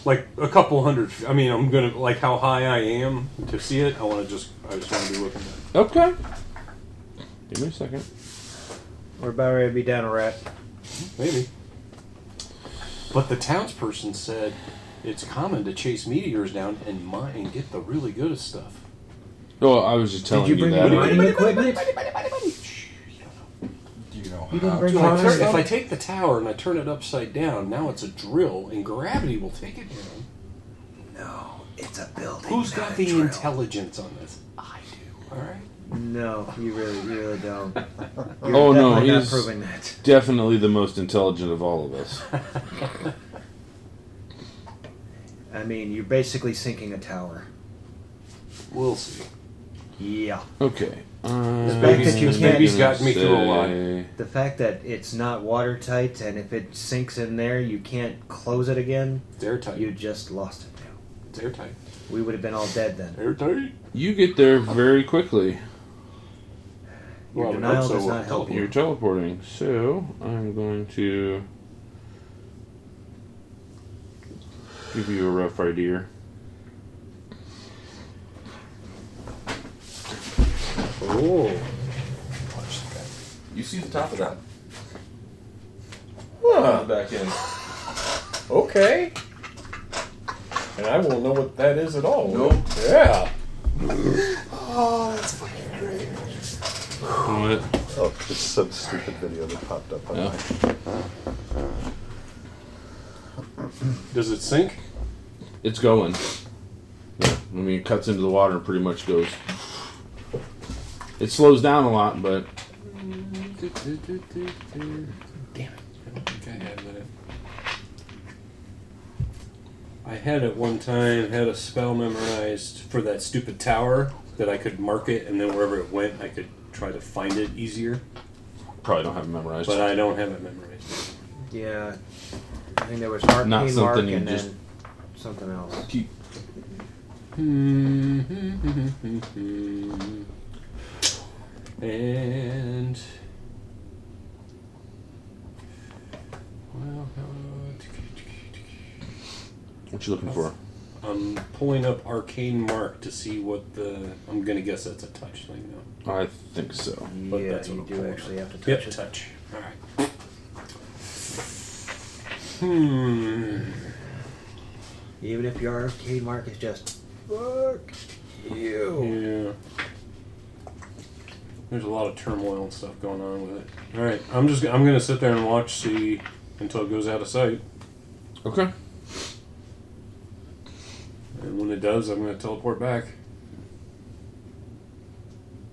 [SPEAKER 12] Like a couple hundred. f- I mean, I'm going to like how high I am to see it. I want to just. I just want to be looking at. it.
[SPEAKER 9] okay give me a second
[SPEAKER 13] We're about ready to be down a rat.
[SPEAKER 12] Maybe. But the townsperson said it's common to chase meteors down and mine and get the really good of stuff.
[SPEAKER 9] oh i was just telling
[SPEAKER 12] you bring
[SPEAKER 9] that
[SPEAKER 12] the mining
[SPEAKER 13] equipment?
[SPEAKER 11] Do you know
[SPEAKER 13] You didn't
[SPEAKER 11] how?
[SPEAKER 13] bring
[SPEAKER 12] If I,
[SPEAKER 13] my
[SPEAKER 12] turn,
[SPEAKER 13] stuff?
[SPEAKER 12] if I take the tower and I turn it upside down, now it's a drill, and gravity will take it down.
[SPEAKER 15] No, it's a building.
[SPEAKER 12] Who's
[SPEAKER 15] not
[SPEAKER 12] got
[SPEAKER 15] a
[SPEAKER 12] the
[SPEAKER 15] drill.
[SPEAKER 12] intelligence on this? I do. All right.
[SPEAKER 13] No, you really, you really don't. You're
[SPEAKER 9] oh no
[SPEAKER 13] definitely not
[SPEAKER 9] he's
[SPEAKER 13] proving that.
[SPEAKER 9] definitely the most intelligent of all of us
[SPEAKER 13] I mean, you're basically sinking a tower.
[SPEAKER 12] We'll see.
[SPEAKER 13] Yeah.
[SPEAKER 9] okay
[SPEAKER 13] The
[SPEAKER 9] uh,
[SPEAKER 13] fact that you
[SPEAKER 9] this
[SPEAKER 13] can't-
[SPEAKER 9] baby's
[SPEAKER 12] Say-
[SPEAKER 13] The fact that it's not watertight, and if it sinks in there, you can't close it again.
[SPEAKER 12] It's airtight.
[SPEAKER 13] You just lost it now.
[SPEAKER 12] It's airtight.
[SPEAKER 13] We would have been all dead then.
[SPEAKER 12] Airtight.
[SPEAKER 9] you get there very quickly
[SPEAKER 13] Your
[SPEAKER 12] Well, I would
[SPEAKER 13] denial
[SPEAKER 12] hope so.
[SPEAKER 13] does
[SPEAKER 12] We'll
[SPEAKER 13] not help
[SPEAKER 9] You're
[SPEAKER 13] you.
[SPEAKER 9] teleporting, so I'm going to give you a rough idea.
[SPEAKER 12] Oh.
[SPEAKER 16] You see the top of that. Huh. Back in. Okay. And I won't know what that is at all. Nope. Yeah.
[SPEAKER 11] Oh, that's fucking great.
[SPEAKER 9] What?
[SPEAKER 11] Oh, it's some stupid video that popped up on
[SPEAKER 12] Does it sink?
[SPEAKER 9] It's going. Yeah, I mean, it cuts into the water and pretty much goes. It slows down a lot, but
[SPEAKER 12] Damn it. had that. I had at one time had a spell memorized for that stupid tower that I could mark it, and then wherever it went, I could try to find it easier.
[SPEAKER 9] Probably don't have it memorized.
[SPEAKER 12] But I don't have it memorized.
[SPEAKER 17] Yeah, I think there was Arcane
[SPEAKER 9] Not something
[SPEAKER 17] Mark
[SPEAKER 9] you
[SPEAKER 17] and
[SPEAKER 9] just-
[SPEAKER 17] then something else.
[SPEAKER 12] Hmm, hmm. And well, uh,
[SPEAKER 9] What you looking for?
[SPEAKER 12] I'm pulling up Arcane Mark to see what the. I'm gonna guess that's a touch thing now.
[SPEAKER 9] I think so.
[SPEAKER 12] But
[SPEAKER 17] yeah,
[SPEAKER 12] that's what
[SPEAKER 17] you
[SPEAKER 12] I'm
[SPEAKER 17] do
[SPEAKER 12] pulling
[SPEAKER 17] actually have to touch
[SPEAKER 12] Yep,
[SPEAKER 17] it.
[SPEAKER 12] touch. All right. Hmm.
[SPEAKER 17] Even if your arcade mark is just fuck you.
[SPEAKER 12] Yeah. There's a lot of turmoil and stuff going on with it. All right, I'm just I'm gonna sit there and watch, see until it goes out of sight.
[SPEAKER 9] Okay.
[SPEAKER 12] And when it does, I'm gonna teleport back.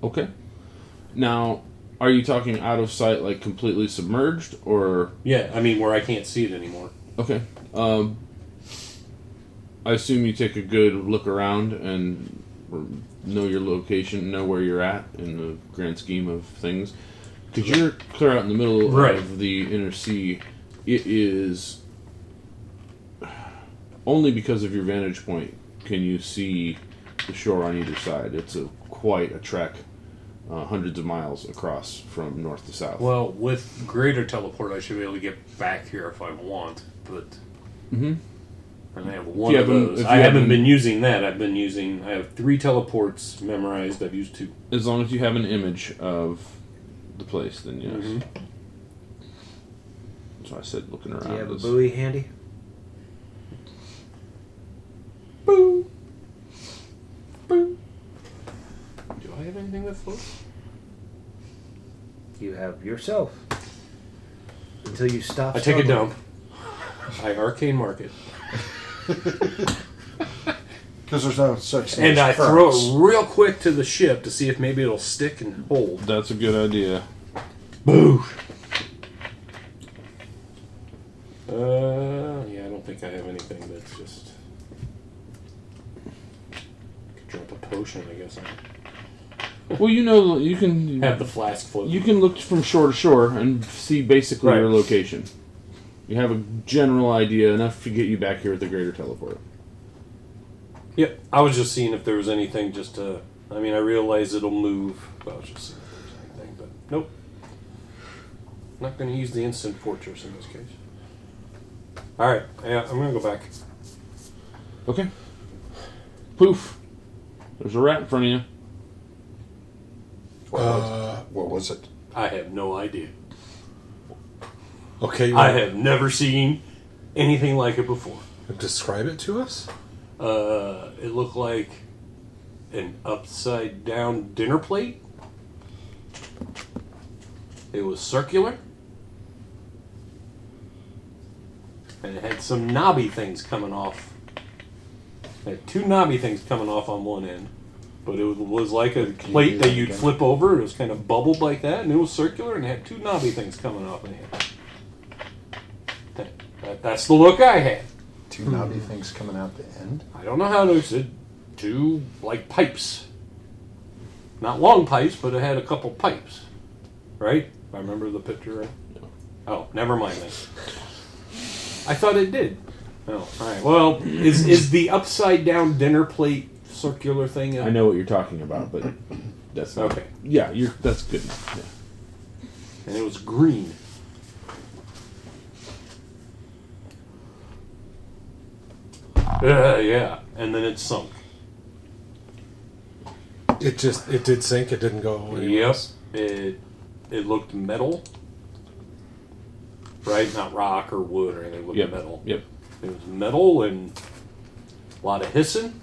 [SPEAKER 9] Okay. Now, are you talking out of sight, like completely submerged, or
[SPEAKER 12] Yeah, I mean where I can't see it anymore.
[SPEAKER 9] okay? Um, I assume you take a good look around and know your location, know where you're at in the grand scheme of things. Because you're clear out in the middle
[SPEAKER 12] Right.
[SPEAKER 9] of the inner sea, it is only because of your vantage point can you see the shore on either side. It's a quite a trek, uh, hundreds of miles across from north to south.
[SPEAKER 12] Well, with greater teleport, I should be able to get back here if I want. But
[SPEAKER 9] Mhm.
[SPEAKER 12] and I have
[SPEAKER 9] If
[SPEAKER 12] one
[SPEAKER 9] you
[SPEAKER 12] of
[SPEAKER 9] haven't-
[SPEAKER 12] those.
[SPEAKER 9] if
[SPEAKER 12] I
[SPEAKER 9] you
[SPEAKER 12] haven't
[SPEAKER 9] haven't-
[SPEAKER 12] been using that. I've been using. I have three teleports memorized. I've used two.
[SPEAKER 9] As long as you have an image of the place, then yes.
[SPEAKER 12] Mhm.
[SPEAKER 9] That's why I said looking
[SPEAKER 17] Mm-hmm. Do
[SPEAKER 9] around.
[SPEAKER 17] you have a
[SPEAKER 9] is-
[SPEAKER 17] buoy handy?
[SPEAKER 12] Do I have anything that floats?
[SPEAKER 17] You have yourself. Until you stop.
[SPEAKER 12] I take a
[SPEAKER 17] struggling.
[SPEAKER 12] dump. I arcane market.
[SPEAKER 4] Because there's no such thing
[SPEAKER 12] and I
[SPEAKER 4] as
[SPEAKER 12] throw
[SPEAKER 4] currents.
[SPEAKER 12] it real quick to the ship to see if maybe it'll stick and hold.
[SPEAKER 9] That's a good idea.
[SPEAKER 12] Boo. Uh, yeah, I don't think I have anything that's just. Could drop a potion, I guess.
[SPEAKER 9] Well, you know, you can
[SPEAKER 12] have the flask float.
[SPEAKER 9] You can look from shore to shore and see basically
[SPEAKER 12] Right.
[SPEAKER 9] your location. You have a general idea enough to get you back here at the greater teleport.
[SPEAKER 12] Yep, I was just seeing if there was anything just to. I mean, I realize it'll move, but I was just seeing if there was anything, but nope. Not going to use the instant fortress in this case. Alright, yeah, I'm going to go back.
[SPEAKER 9] Okay. Poof. There's a rat in front of you.
[SPEAKER 11] What, was, what was it?
[SPEAKER 12] I have no idea.
[SPEAKER 10] Okay.
[SPEAKER 12] I have never seen anything like it before.
[SPEAKER 10] Describe it to us.
[SPEAKER 12] Uh, it looked like an upside down dinner plate. It was circular. And it had some knobby things coming off. It had two knobby things coming off on one end. But it was like a plate that you'd flip over. It was kind of bubbled like that, and it was circular, and it had two knobby things coming off in it. That, that, that's the look I had.
[SPEAKER 11] Two knobby things coming out the end.
[SPEAKER 12] I don't know how to it two like pipes. Not long pipes, but it had a couple pipes. Right? If I remember the picture right. Oh, never mind then. I thought it did. Oh, alright. Well, is is the upside down dinner plate circular thing?
[SPEAKER 9] I know what you're talking about, but that's not
[SPEAKER 12] Okay.
[SPEAKER 9] Yeah, you're that's good. enough, Yeah.
[SPEAKER 12] And it was green. Yeah, Uh, yeah. And then it sunk.
[SPEAKER 10] It just it did sink. It didn't go away.
[SPEAKER 12] Yep. It it looked metal. Right? Not rock or wood or anything. It looked
[SPEAKER 9] Yep,
[SPEAKER 12] metal.
[SPEAKER 9] yep.
[SPEAKER 12] It was metal and a lot of hissing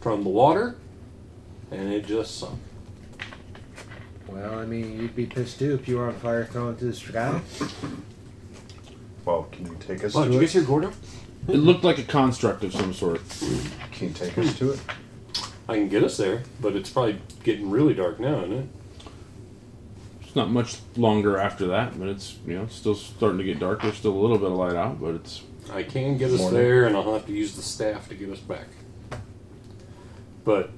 [SPEAKER 12] from the water. And it just sunk.
[SPEAKER 17] Well, I mean, you'd be pissed too if you were on fire thrown through the sky.
[SPEAKER 11] Well, can you take us
[SPEAKER 12] Oh,
[SPEAKER 11] to
[SPEAKER 12] did you
[SPEAKER 11] it?
[SPEAKER 12] guys hear Gordo?
[SPEAKER 9] It looked like a construct of some sort.
[SPEAKER 11] Can you take us to it?
[SPEAKER 12] I can get us there, but it's probably getting really dark now, isn't it?
[SPEAKER 9] It's not much longer after that, but it's you know it's still starting to get dark. There's still a little bit of light out, but it's
[SPEAKER 12] I can get us there, and I'll have to use the staff to get us back. But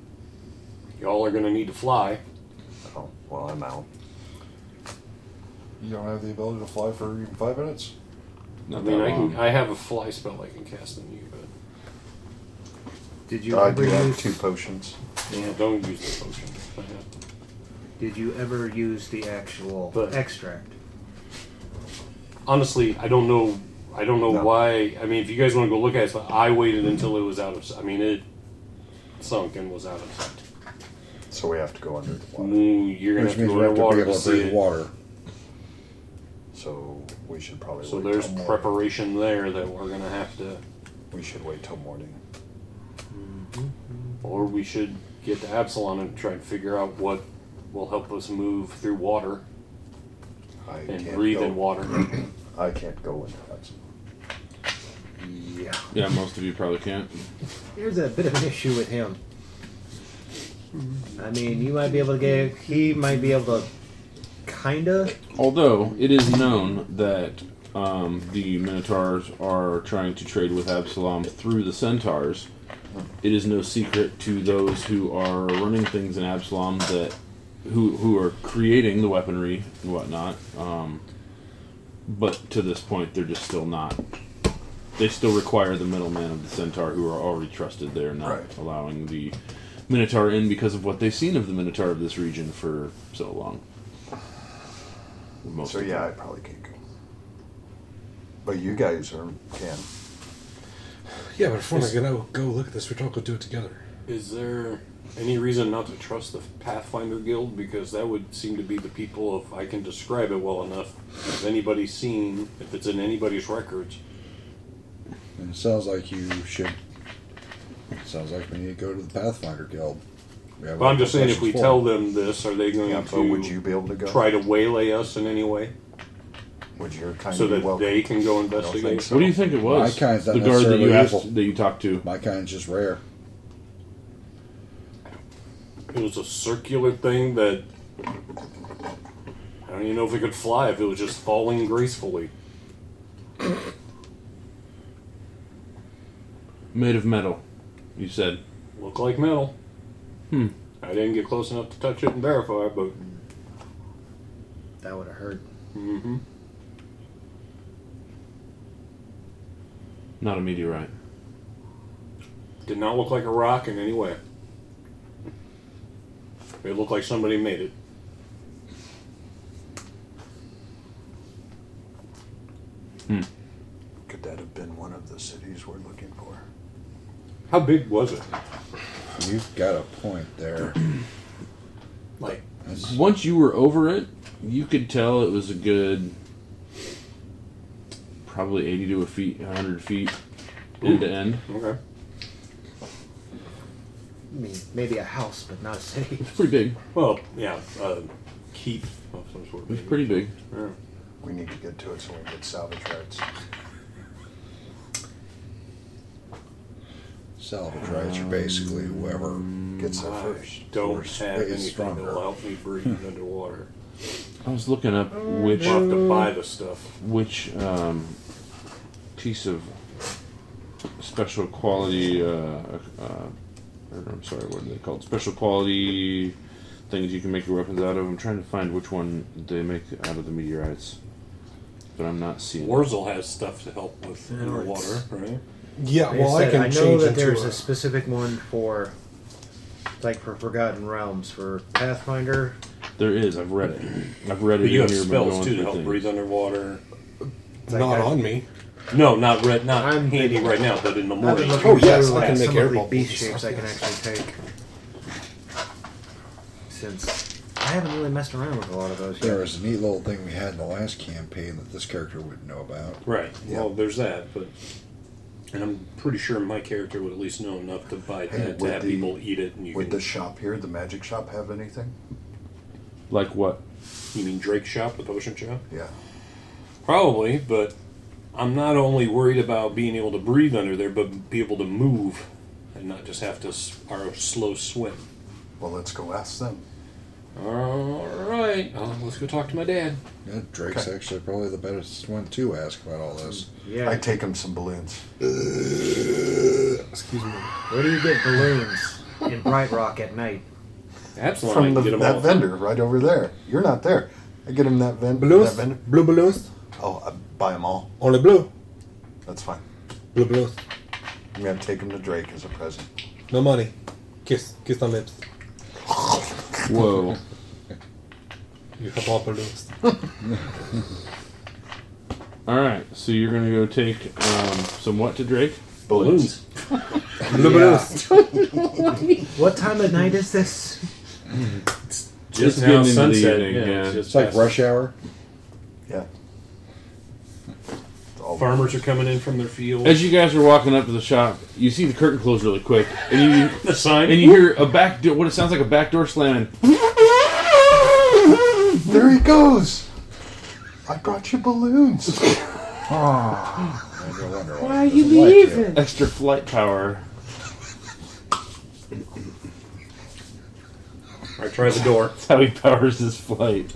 [SPEAKER 12] y'all are going to need to fly.
[SPEAKER 11] Oh, well, I'm out.
[SPEAKER 4] You don't have the ability to fly for even five minutes.
[SPEAKER 12] I mean, I, can, I have a fly spell I can cast on you, but
[SPEAKER 17] Did you
[SPEAKER 11] I
[SPEAKER 17] ever
[SPEAKER 11] do have
[SPEAKER 17] use-
[SPEAKER 11] two potions.
[SPEAKER 12] yeah, don't use the potion. I have-
[SPEAKER 17] Did you ever use the actual
[SPEAKER 12] But-
[SPEAKER 17] extract?
[SPEAKER 12] honestly, I don't know. I don't know
[SPEAKER 17] No.
[SPEAKER 12] why. I mean, if you guys want to go look at it, but I waited until it was out of. s- I mean, it sunk and was out of sight.
[SPEAKER 11] So we have to go under the water.
[SPEAKER 12] Mm, You're gonna have
[SPEAKER 11] Which
[SPEAKER 12] to
[SPEAKER 11] means
[SPEAKER 12] go
[SPEAKER 11] we have to be
[SPEAKER 12] underwater
[SPEAKER 11] able
[SPEAKER 12] to
[SPEAKER 11] to
[SPEAKER 12] see
[SPEAKER 11] breathe
[SPEAKER 12] it.
[SPEAKER 4] Water.
[SPEAKER 11] So we should probably.
[SPEAKER 12] So
[SPEAKER 11] wait
[SPEAKER 12] there's
[SPEAKER 11] till morning.
[SPEAKER 12] preparation there that we're gonna have to,
[SPEAKER 11] We should wait till morning.
[SPEAKER 12] or we should get to Absalon and try and figure out what will help us move through water
[SPEAKER 11] I
[SPEAKER 12] and
[SPEAKER 11] can't
[SPEAKER 12] breathe
[SPEAKER 11] go.
[SPEAKER 12] in water.
[SPEAKER 11] I can't go into Hudson.
[SPEAKER 17] Yeah.
[SPEAKER 9] yeah most of you probably can't.
[SPEAKER 17] Here's a bit of an issue with him. I mean, you might be able to get. He might be able to, kinda.
[SPEAKER 9] Although it is known that um, the Minotaurs are trying to trade with Absalom through the Centaurs, it is no secret to those who are running things in Absalom that who who are creating the weaponry and whatnot. Um, but to this point, they're just still not. They still require the middleman of the Centaur, who are already trusted. They're not allowing the Minotaur in because of what they've seen of the Minotaur of this region for so long. Most
[SPEAKER 11] so
[SPEAKER 9] of the
[SPEAKER 11] yeah, I
[SPEAKER 9] time.
[SPEAKER 11] probably can't go. But you guys are can.
[SPEAKER 10] Yeah, but if we're not
[SPEAKER 12] gonna
[SPEAKER 10] go look at this, we're all gonna do it together.
[SPEAKER 12] Is there any reason not to trust the Pathfinder Guild? Because that would seem to be the people, if I can describe it well enough, if anybody's seen, if it's in anybody's records.
[SPEAKER 4] And it sounds like you should. It sounds like we need to go to the Pathfinder Guild. We have
[SPEAKER 12] But I'm just saying, if we
[SPEAKER 4] sessions
[SPEAKER 12] tell
[SPEAKER 4] for it.
[SPEAKER 12] them this, are they going
[SPEAKER 11] Yeah,
[SPEAKER 12] to
[SPEAKER 11] but would you be able to go?
[SPEAKER 12] try to waylay us in any way?
[SPEAKER 11] Would your kind
[SPEAKER 12] so
[SPEAKER 11] be
[SPEAKER 12] that
[SPEAKER 11] welcome?
[SPEAKER 12] they can go
[SPEAKER 11] I don't
[SPEAKER 12] investigate?
[SPEAKER 11] think so.
[SPEAKER 9] What do you think it was?
[SPEAKER 4] My kind's not
[SPEAKER 9] the guard that you
[SPEAKER 4] necessarily
[SPEAKER 9] asked,
[SPEAKER 4] evil.
[SPEAKER 9] that you talked to.
[SPEAKER 4] my kind's just rare.
[SPEAKER 12] It was a circular thing that I don't even know if it could fly. If it was just falling gracefully,
[SPEAKER 9] Made of metal, you said.
[SPEAKER 12] looked like metal.
[SPEAKER 9] Hmm.
[SPEAKER 12] I didn't get close enough to touch it and verify, but
[SPEAKER 17] That would have hurt.
[SPEAKER 12] hmm
[SPEAKER 9] Not a meteorite.
[SPEAKER 12] did not look like a rock in any way. It looked like somebody made it.
[SPEAKER 11] Could that have been one of the cities we're looking for?
[SPEAKER 12] How big was it?
[SPEAKER 4] You've got a point there.
[SPEAKER 12] Like
[SPEAKER 9] Once you were over it, you could tell it was a good, probably eighty to a feet, hundred feet, end to end.
[SPEAKER 12] okay,
[SPEAKER 17] I mean, maybe a house, but not a city.
[SPEAKER 9] It's pretty big.
[SPEAKER 12] well, yeah, uh, keep of some sort.
[SPEAKER 9] It was pretty big.
[SPEAKER 12] Yeah.
[SPEAKER 11] We need to get to it so we can get salvage rights.
[SPEAKER 4] Salvage rights are basically whoever.
[SPEAKER 11] Gets there
[SPEAKER 12] Mm, I
[SPEAKER 11] first.
[SPEAKER 12] don't
[SPEAKER 4] Force
[SPEAKER 12] have
[SPEAKER 4] is
[SPEAKER 12] anything
[SPEAKER 4] stronger.
[SPEAKER 12] that'll help me breathe
[SPEAKER 9] Hmm.
[SPEAKER 12] underwater.
[SPEAKER 9] I was looking up
[SPEAKER 12] I'll
[SPEAKER 9] which
[SPEAKER 12] have to buy the stuff.
[SPEAKER 9] which um, piece of special quality uh, uh, or, I'm sorry what are they called special quality things you can make your weapons out of I'm trying to find which one they make out of the meteorites but I'm not seeing it.
[SPEAKER 12] Wurzel has stuff to help with underwater, right?
[SPEAKER 10] Yeah,
[SPEAKER 17] Like
[SPEAKER 10] well, I
[SPEAKER 17] said,
[SPEAKER 10] can
[SPEAKER 17] I know
[SPEAKER 10] change
[SPEAKER 17] that
[SPEAKER 10] into
[SPEAKER 17] there's
[SPEAKER 10] a-
[SPEAKER 17] a specific one for, like for Forgotten Realms for Pathfinder.
[SPEAKER 9] there is I've read it I've read it
[SPEAKER 12] But you
[SPEAKER 9] in
[SPEAKER 12] have
[SPEAKER 9] here, been going
[SPEAKER 12] spells too to
[SPEAKER 9] through
[SPEAKER 12] help
[SPEAKER 9] things.
[SPEAKER 12] breathe underwater.
[SPEAKER 17] like
[SPEAKER 10] not
[SPEAKER 17] a-
[SPEAKER 10] on me.
[SPEAKER 12] No, not red, not handy right now, but in the
[SPEAKER 17] I've been
[SPEAKER 12] morning. Oh,
[SPEAKER 17] looking
[SPEAKER 10] yes,
[SPEAKER 17] through,
[SPEAKER 10] I
[SPEAKER 17] like,
[SPEAKER 10] can make
[SPEAKER 17] some
[SPEAKER 10] air
[SPEAKER 17] of the
[SPEAKER 10] bubbles
[SPEAKER 17] beast
[SPEAKER 10] and
[SPEAKER 17] shapes
[SPEAKER 10] stuff,
[SPEAKER 17] I can actually take. Since I haven't really messed around with a lot of those
[SPEAKER 4] There
[SPEAKER 17] yet.
[SPEAKER 4] was a neat little thing we had in the last campaign that this character wouldn't know about.
[SPEAKER 12] Right. Well, there's that, but and I'm pretty sure my character would at least know enough to buy
[SPEAKER 11] Hey,
[SPEAKER 12] that to
[SPEAKER 11] would
[SPEAKER 12] have
[SPEAKER 11] the-
[SPEAKER 12] people eat it. And you
[SPEAKER 11] Would
[SPEAKER 12] can,
[SPEAKER 11] the shop here, the magic shop, have anything?
[SPEAKER 9] like what
[SPEAKER 12] you mean Drake's shop, the potion shop?
[SPEAKER 11] Yeah.
[SPEAKER 12] Probably, but I'm not only worried about being able to breathe under there, but be able to move and not just have to s- or slow swim.
[SPEAKER 11] Well, let's go ask them.
[SPEAKER 12] All right. Um, let's go talk to my dad.
[SPEAKER 4] Yeah, Drake's actually probably the best one to ask about all this.
[SPEAKER 11] Yeah. I take him some balloons.
[SPEAKER 17] Excuse me. Where do you get balloons in Bright Rock at night?
[SPEAKER 12] Absolutely.
[SPEAKER 11] From the,
[SPEAKER 12] Get 'em
[SPEAKER 11] that
[SPEAKER 12] all.
[SPEAKER 11] vendor right over there. You're not there. I get him that, ven-
[SPEAKER 10] Balloons?
[SPEAKER 11] that vendor.
[SPEAKER 10] Blue balloons?
[SPEAKER 11] Oh, I buy them all.
[SPEAKER 10] Only blue.
[SPEAKER 11] That's fine.
[SPEAKER 10] Blue balloons.
[SPEAKER 11] I'm going to take him to Drake as a present.
[SPEAKER 10] No money. Kiss. Kiss on lips.
[SPEAKER 9] Whoa.
[SPEAKER 10] You have all balloons.
[SPEAKER 9] All right. So you're gonna go take um, some what to Drake?
[SPEAKER 11] Balloons.
[SPEAKER 17] what time of night is this?
[SPEAKER 9] Just
[SPEAKER 12] Just
[SPEAKER 9] getting
[SPEAKER 12] now
[SPEAKER 9] into the
[SPEAKER 12] sunset.
[SPEAKER 9] evening, yeah.
[SPEAKER 12] it's, just
[SPEAKER 4] It's like
[SPEAKER 12] past-
[SPEAKER 4] rush hour.
[SPEAKER 11] Yeah.
[SPEAKER 12] Farmers are coming in from their fields.
[SPEAKER 9] As you guys are walking up to the shop, you see the curtain close really quick, and you
[SPEAKER 12] The sign?
[SPEAKER 9] and you hear a back door. What it sounds like a back door slamming.
[SPEAKER 11] There he goes. I brought you balloons.
[SPEAKER 4] I no wonder
[SPEAKER 11] Why are you
[SPEAKER 4] doesn't like
[SPEAKER 11] leaving?
[SPEAKER 9] Extra flight power.
[SPEAKER 12] I try the door.
[SPEAKER 9] That's how he powers his flight.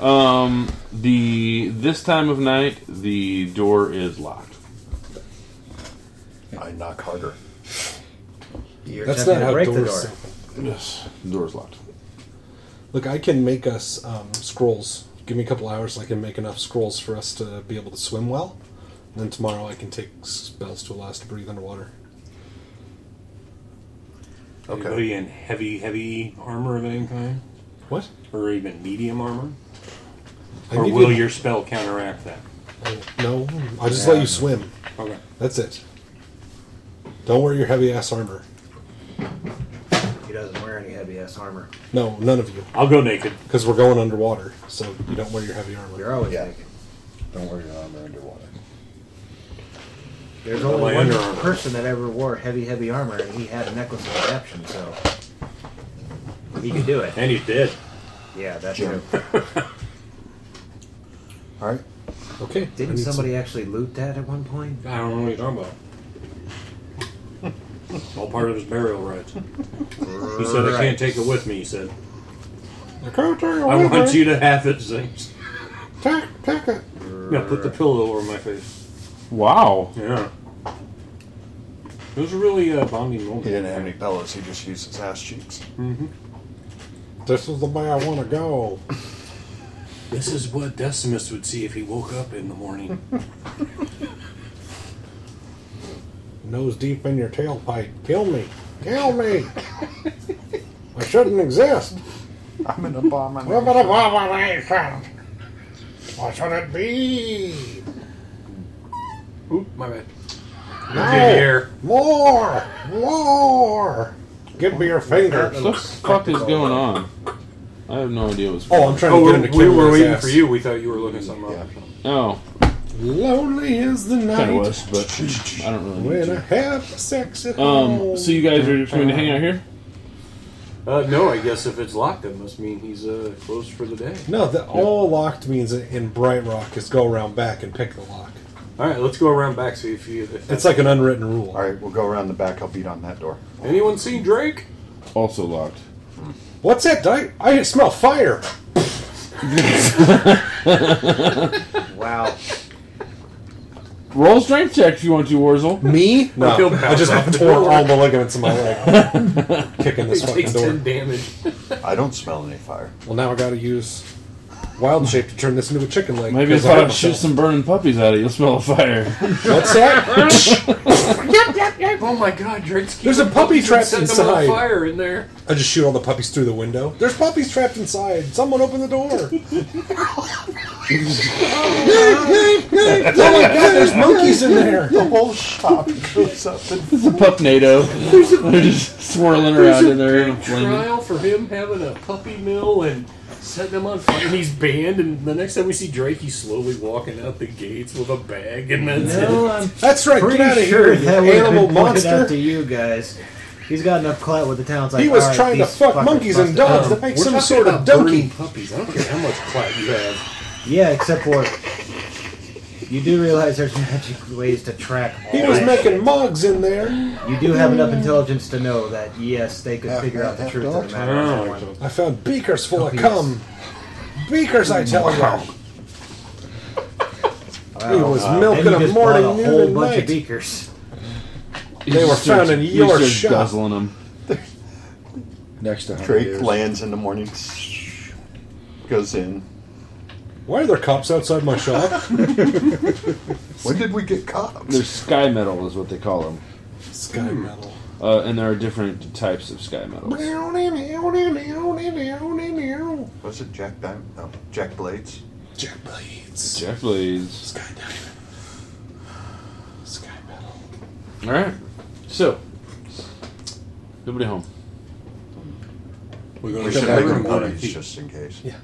[SPEAKER 9] um, the this time of night, the door is locked.
[SPEAKER 11] I knock harder.
[SPEAKER 17] You're
[SPEAKER 10] That's
[SPEAKER 17] attempting
[SPEAKER 10] not
[SPEAKER 17] to
[SPEAKER 10] how
[SPEAKER 17] break the
[SPEAKER 10] doors-
[SPEAKER 17] door.
[SPEAKER 9] Yes, the door is locked.
[SPEAKER 10] Look, I can make us um, scrolls. Give me a couple hours, and I can make enough scrolls for us to be able to swim well. And then tomorrow, I can take spells to allow us to breathe underwater.
[SPEAKER 11] Okay.
[SPEAKER 12] Anybody in heavy, heavy armor of any kind?
[SPEAKER 10] What?
[SPEAKER 12] Or even medium armor?
[SPEAKER 10] I
[SPEAKER 12] or
[SPEAKER 10] need
[SPEAKER 12] will
[SPEAKER 10] you-
[SPEAKER 12] your spell counteract that?
[SPEAKER 10] Oh, no, I just let
[SPEAKER 12] Yeah, I know.
[SPEAKER 10] you swim.
[SPEAKER 12] Okay.
[SPEAKER 10] That's it. Don't wear your heavy ass armor.
[SPEAKER 17] He doesn't wear any heavy ass armor.
[SPEAKER 10] No, none of you.
[SPEAKER 12] I'll go naked.
[SPEAKER 10] Because we're going underwater, so you don't wear your heavy armor.
[SPEAKER 17] You're always
[SPEAKER 11] Yeah.
[SPEAKER 17] naked.
[SPEAKER 11] Don't worry, I'm underwater.
[SPEAKER 17] There's
[SPEAKER 12] Well,
[SPEAKER 17] only
[SPEAKER 12] my
[SPEAKER 17] one
[SPEAKER 12] underarmor.
[SPEAKER 17] person that ever wore heavy, heavy armor, and he had a necklace of adaption, so he could do it.
[SPEAKER 12] And you did.
[SPEAKER 17] Yeah, that's
[SPEAKER 11] Sure.
[SPEAKER 17] true.
[SPEAKER 11] All right.
[SPEAKER 10] Okay. I
[SPEAKER 17] Didn't
[SPEAKER 10] need some-
[SPEAKER 17] somebody actually loot that at one point?
[SPEAKER 12] I don't know what you're talking about. It's all part of his burial rites. He said, I can't take it with me, he said.
[SPEAKER 10] I can't take it
[SPEAKER 12] I
[SPEAKER 10] with
[SPEAKER 12] want
[SPEAKER 10] me.
[SPEAKER 12] you to have it, Zames.
[SPEAKER 10] Take, take it.
[SPEAKER 12] Now put the pillow over my face.
[SPEAKER 9] Wow.
[SPEAKER 12] Yeah. It was a really uh, bonding moment.
[SPEAKER 11] He didn't have any bellows. He just used his ass cheeks.
[SPEAKER 12] hmm
[SPEAKER 10] This is the way I want to go.
[SPEAKER 12] This is what Decimus would see if he woke up in the morning.
[SPEAKER 10] Nose deep in your tailpipe. Kill me. Kill me. I shouldn't exist.
[SPEAKER 11] I'm an
[SPEAKER 10] What
[SPEAKER 11] abomination.
[SPEAKER 10] an abomination. What should it be?
[SPEAKER 12] Oop, my bad.
[SPEAKER 10] No. More. More. Give me your
[SPEAKER 12] Oh,
[SPEAKER 10] finger.
[SPEAKER 9] What the fuck is going on? I have no idea what's.
[SPEAKER 10] Oh, I'm trying
[SPEAKER 12] Oh,
[SPEAKER 10] to
[SPEAKER 12] we're,
[SPEAKER 10] get him to
[SPEAKER 12] we
[SPEAKER 10] kill
[SPEAKER 12] were
[SPEAKER 10] his
[SPEAKER 12] waiting
[SPEAKER 10] ass.
[SPEAKER 12] for you. We thought you were looking something up.
[SPEAKER 9] Oh,
[SPEAKER 10] Lonely is the
[SPEAKER 9] kind of
[SPEAKER 10] night
[SPEAKER 9] was, but I don't really. Need
[SPEAKER 10] when I
[SPEAKER 9] to.
[SPEAKER 10] have sex at
[SPEAKER 9] Um.
[SPEAKER 10] home.
[SPEAKER 9] So you guys are just going to hang out here?
[SPEAKER 12] Uh, no, I guess if it's locked, that must mean he's uh, closed for the day.
[SPEAKER 10] No, the all locked means in Bright Rock is go around back and pick the lock.
[SPEAKER 12] All right, let's go around back. See if you. If that's-
[SPEAKER 10] It's like an unwritten rule.
[SPEAKER 11] All right, we'll go around the back. I'll beat on that door.
[SPEAKER 12] anyone seen Drake?
[SPEAKER 9] Also locked.
[SPEAKER 10] What's that? I, I smell fire.
[SPEAKER 17] Wow.
[SPEAKER 9] Roll strength check if you want to, Warzel.
[SPEAKER 10] Me? No,
[SPEAKER 12] He'll
[SPEAKER 10] I just
[SPEAKER 12] bounce off the
[SPEAKER 10] tore
[SPEAKER 12] door.
[SPEAKER 10] all the ligaments in my leg kicking
[SPEAKER 12] It
[SPEAKER 10] this fucking
[SPEAKER 12] takes
[SPEAKER 10] door.
[SPEAKER 12] ten damage.
[SPEAKER 11] I don't smell any fire.
[SPEAKER 10] Well, now I gotta use wild shape to turn this into a chicken leg.
[SPEAKER 9] Maybe
[SPEAKER 10] 'cause
[SPEAKER 9] if
[SPEAKER 10] I hurt
[SPEAKER 9] I shoot
[SPEAKER 10] myself.
[SPEAKER 9] some burning puppies at it, you'll smell a fire.
[SPEAKER 10] What's that?
[SPEAKER 12] oh my God, Drake's.
[SPEAKER 10] There's a puppy trapped
[SPEAKER 12] setting
[SPEAKER 10] inside.
[SPEAKER 12] Them on fire in there.
[SPEAKER 10] I just shoot all the puppies through the window. There's puppies trapped inside. Someone open the door. oh my god, there's monkeys in there.
[SPEAKER 11] The whole shop goes up and
[SPEAKER 9] It's a pupnado. They're just swirling around in there and flaming.
[SPEAKER 12] Trial for him having a puppy mill and setting him on fire. And he's banned. And the next time we see Drake, he's slowly walking out the gates with a bag, and that's
[SPEAKER 17] No, I'm
[SPEAKER 10] That's right.
[SPEAKER 17] pretty
[SPEAKER 10] Get out of
[SPEAKER 17] sure
[SPEAKER 10] here, you
[SPEAKER 17] that would have
[SPEAKER 10] animal
[SPEAKER 17] been pointed out
[SPEAKER 10] monster.
[SPEAKER 17] to you guys. He's got enough clout with the town's like,
[SPEAKER 10] He was
[SPEAKER 17] "All right,
[SPEAKER 10] trying to
[SPEAKER 17] these
[SPEAKER 10] fuck
[SPEAKER 17] fuckers
[SPEAKER 10] monkeys and
[SPEAKER 17] busted."
[SPEAKER 10] dogs
[SPEAKER 12] it.
[SPEAKER 10] to make
[SPEAKER 12] We're
[SPEAKER 10] some
[SPEAKER 12] talking
[SPEAKER 10] sort of
[SPEAKER 12] about burning
[SPEAKER 10] donkey.
[SPEAKER 12] Puppies. I don't care how much clout you have.
[SPEAKER 17] Yeah, except for
[SPEAKER 13] You do realize there's magic ways to track.
[SPEAKER 10] He
[SPEAKER 13] all
[SPEAKER 10] was
[SPEAKER 13] that
[SPEAKER 10] making
[SPEAKER 13] shit.
[SPEAKER 10] mugs in there.
[SPEAKER 13] You do have enough intelligence to know that yes, they could figure out the truth of the matter.
[SPEAKER 10] I found beakers full of cum. Beakers, I tell you. He was milking
[SPEAKER 13] Then you
[SPEAKER 10] them
[SPEAKER 13] just
[SPEAKER 10] morning,
[SPEAKER 13] bought a
[SPEAKER 10] noon,
[SPEAKER 13] whole
[SPEAKER 10] and
[SPEAKER 13] bunch
[SPEAKER 10] night.
[SPEAKER 13] of beakers.
[SPEAKER 10] They were found in your shop.
[SPEAKER 4] Next to
[SPEAKER 11] Drake
[SPEAKER 4] Hunter is-
[SPEAKER 11] lands in the morning. Goes in.
[SPEAKER 10] Why are there cops outside my shop?
[SPEAKER 11] when did we get cops?
[SPEAKER 9] They're sky metal, is what they call them.
[SPEAKER 10] Sky metal.
[SPEAKER 9] Uh, and there are different types of sky metals.
[SPEAKER 11] Was it Jack Diamond? No, Jack Blades.
[SPEAKER 10] Jack Blades.
[SPEAKER 9] Jack Blades. Sky
[SPEAKER 10] diamond. Sky metal.
[SPEAKER 9] All right. So, nobody home.
[SPEAKER 10] We're
[SPEAKER 11] We should make them buddies just in case.
[SPEAKER 10] Yeah.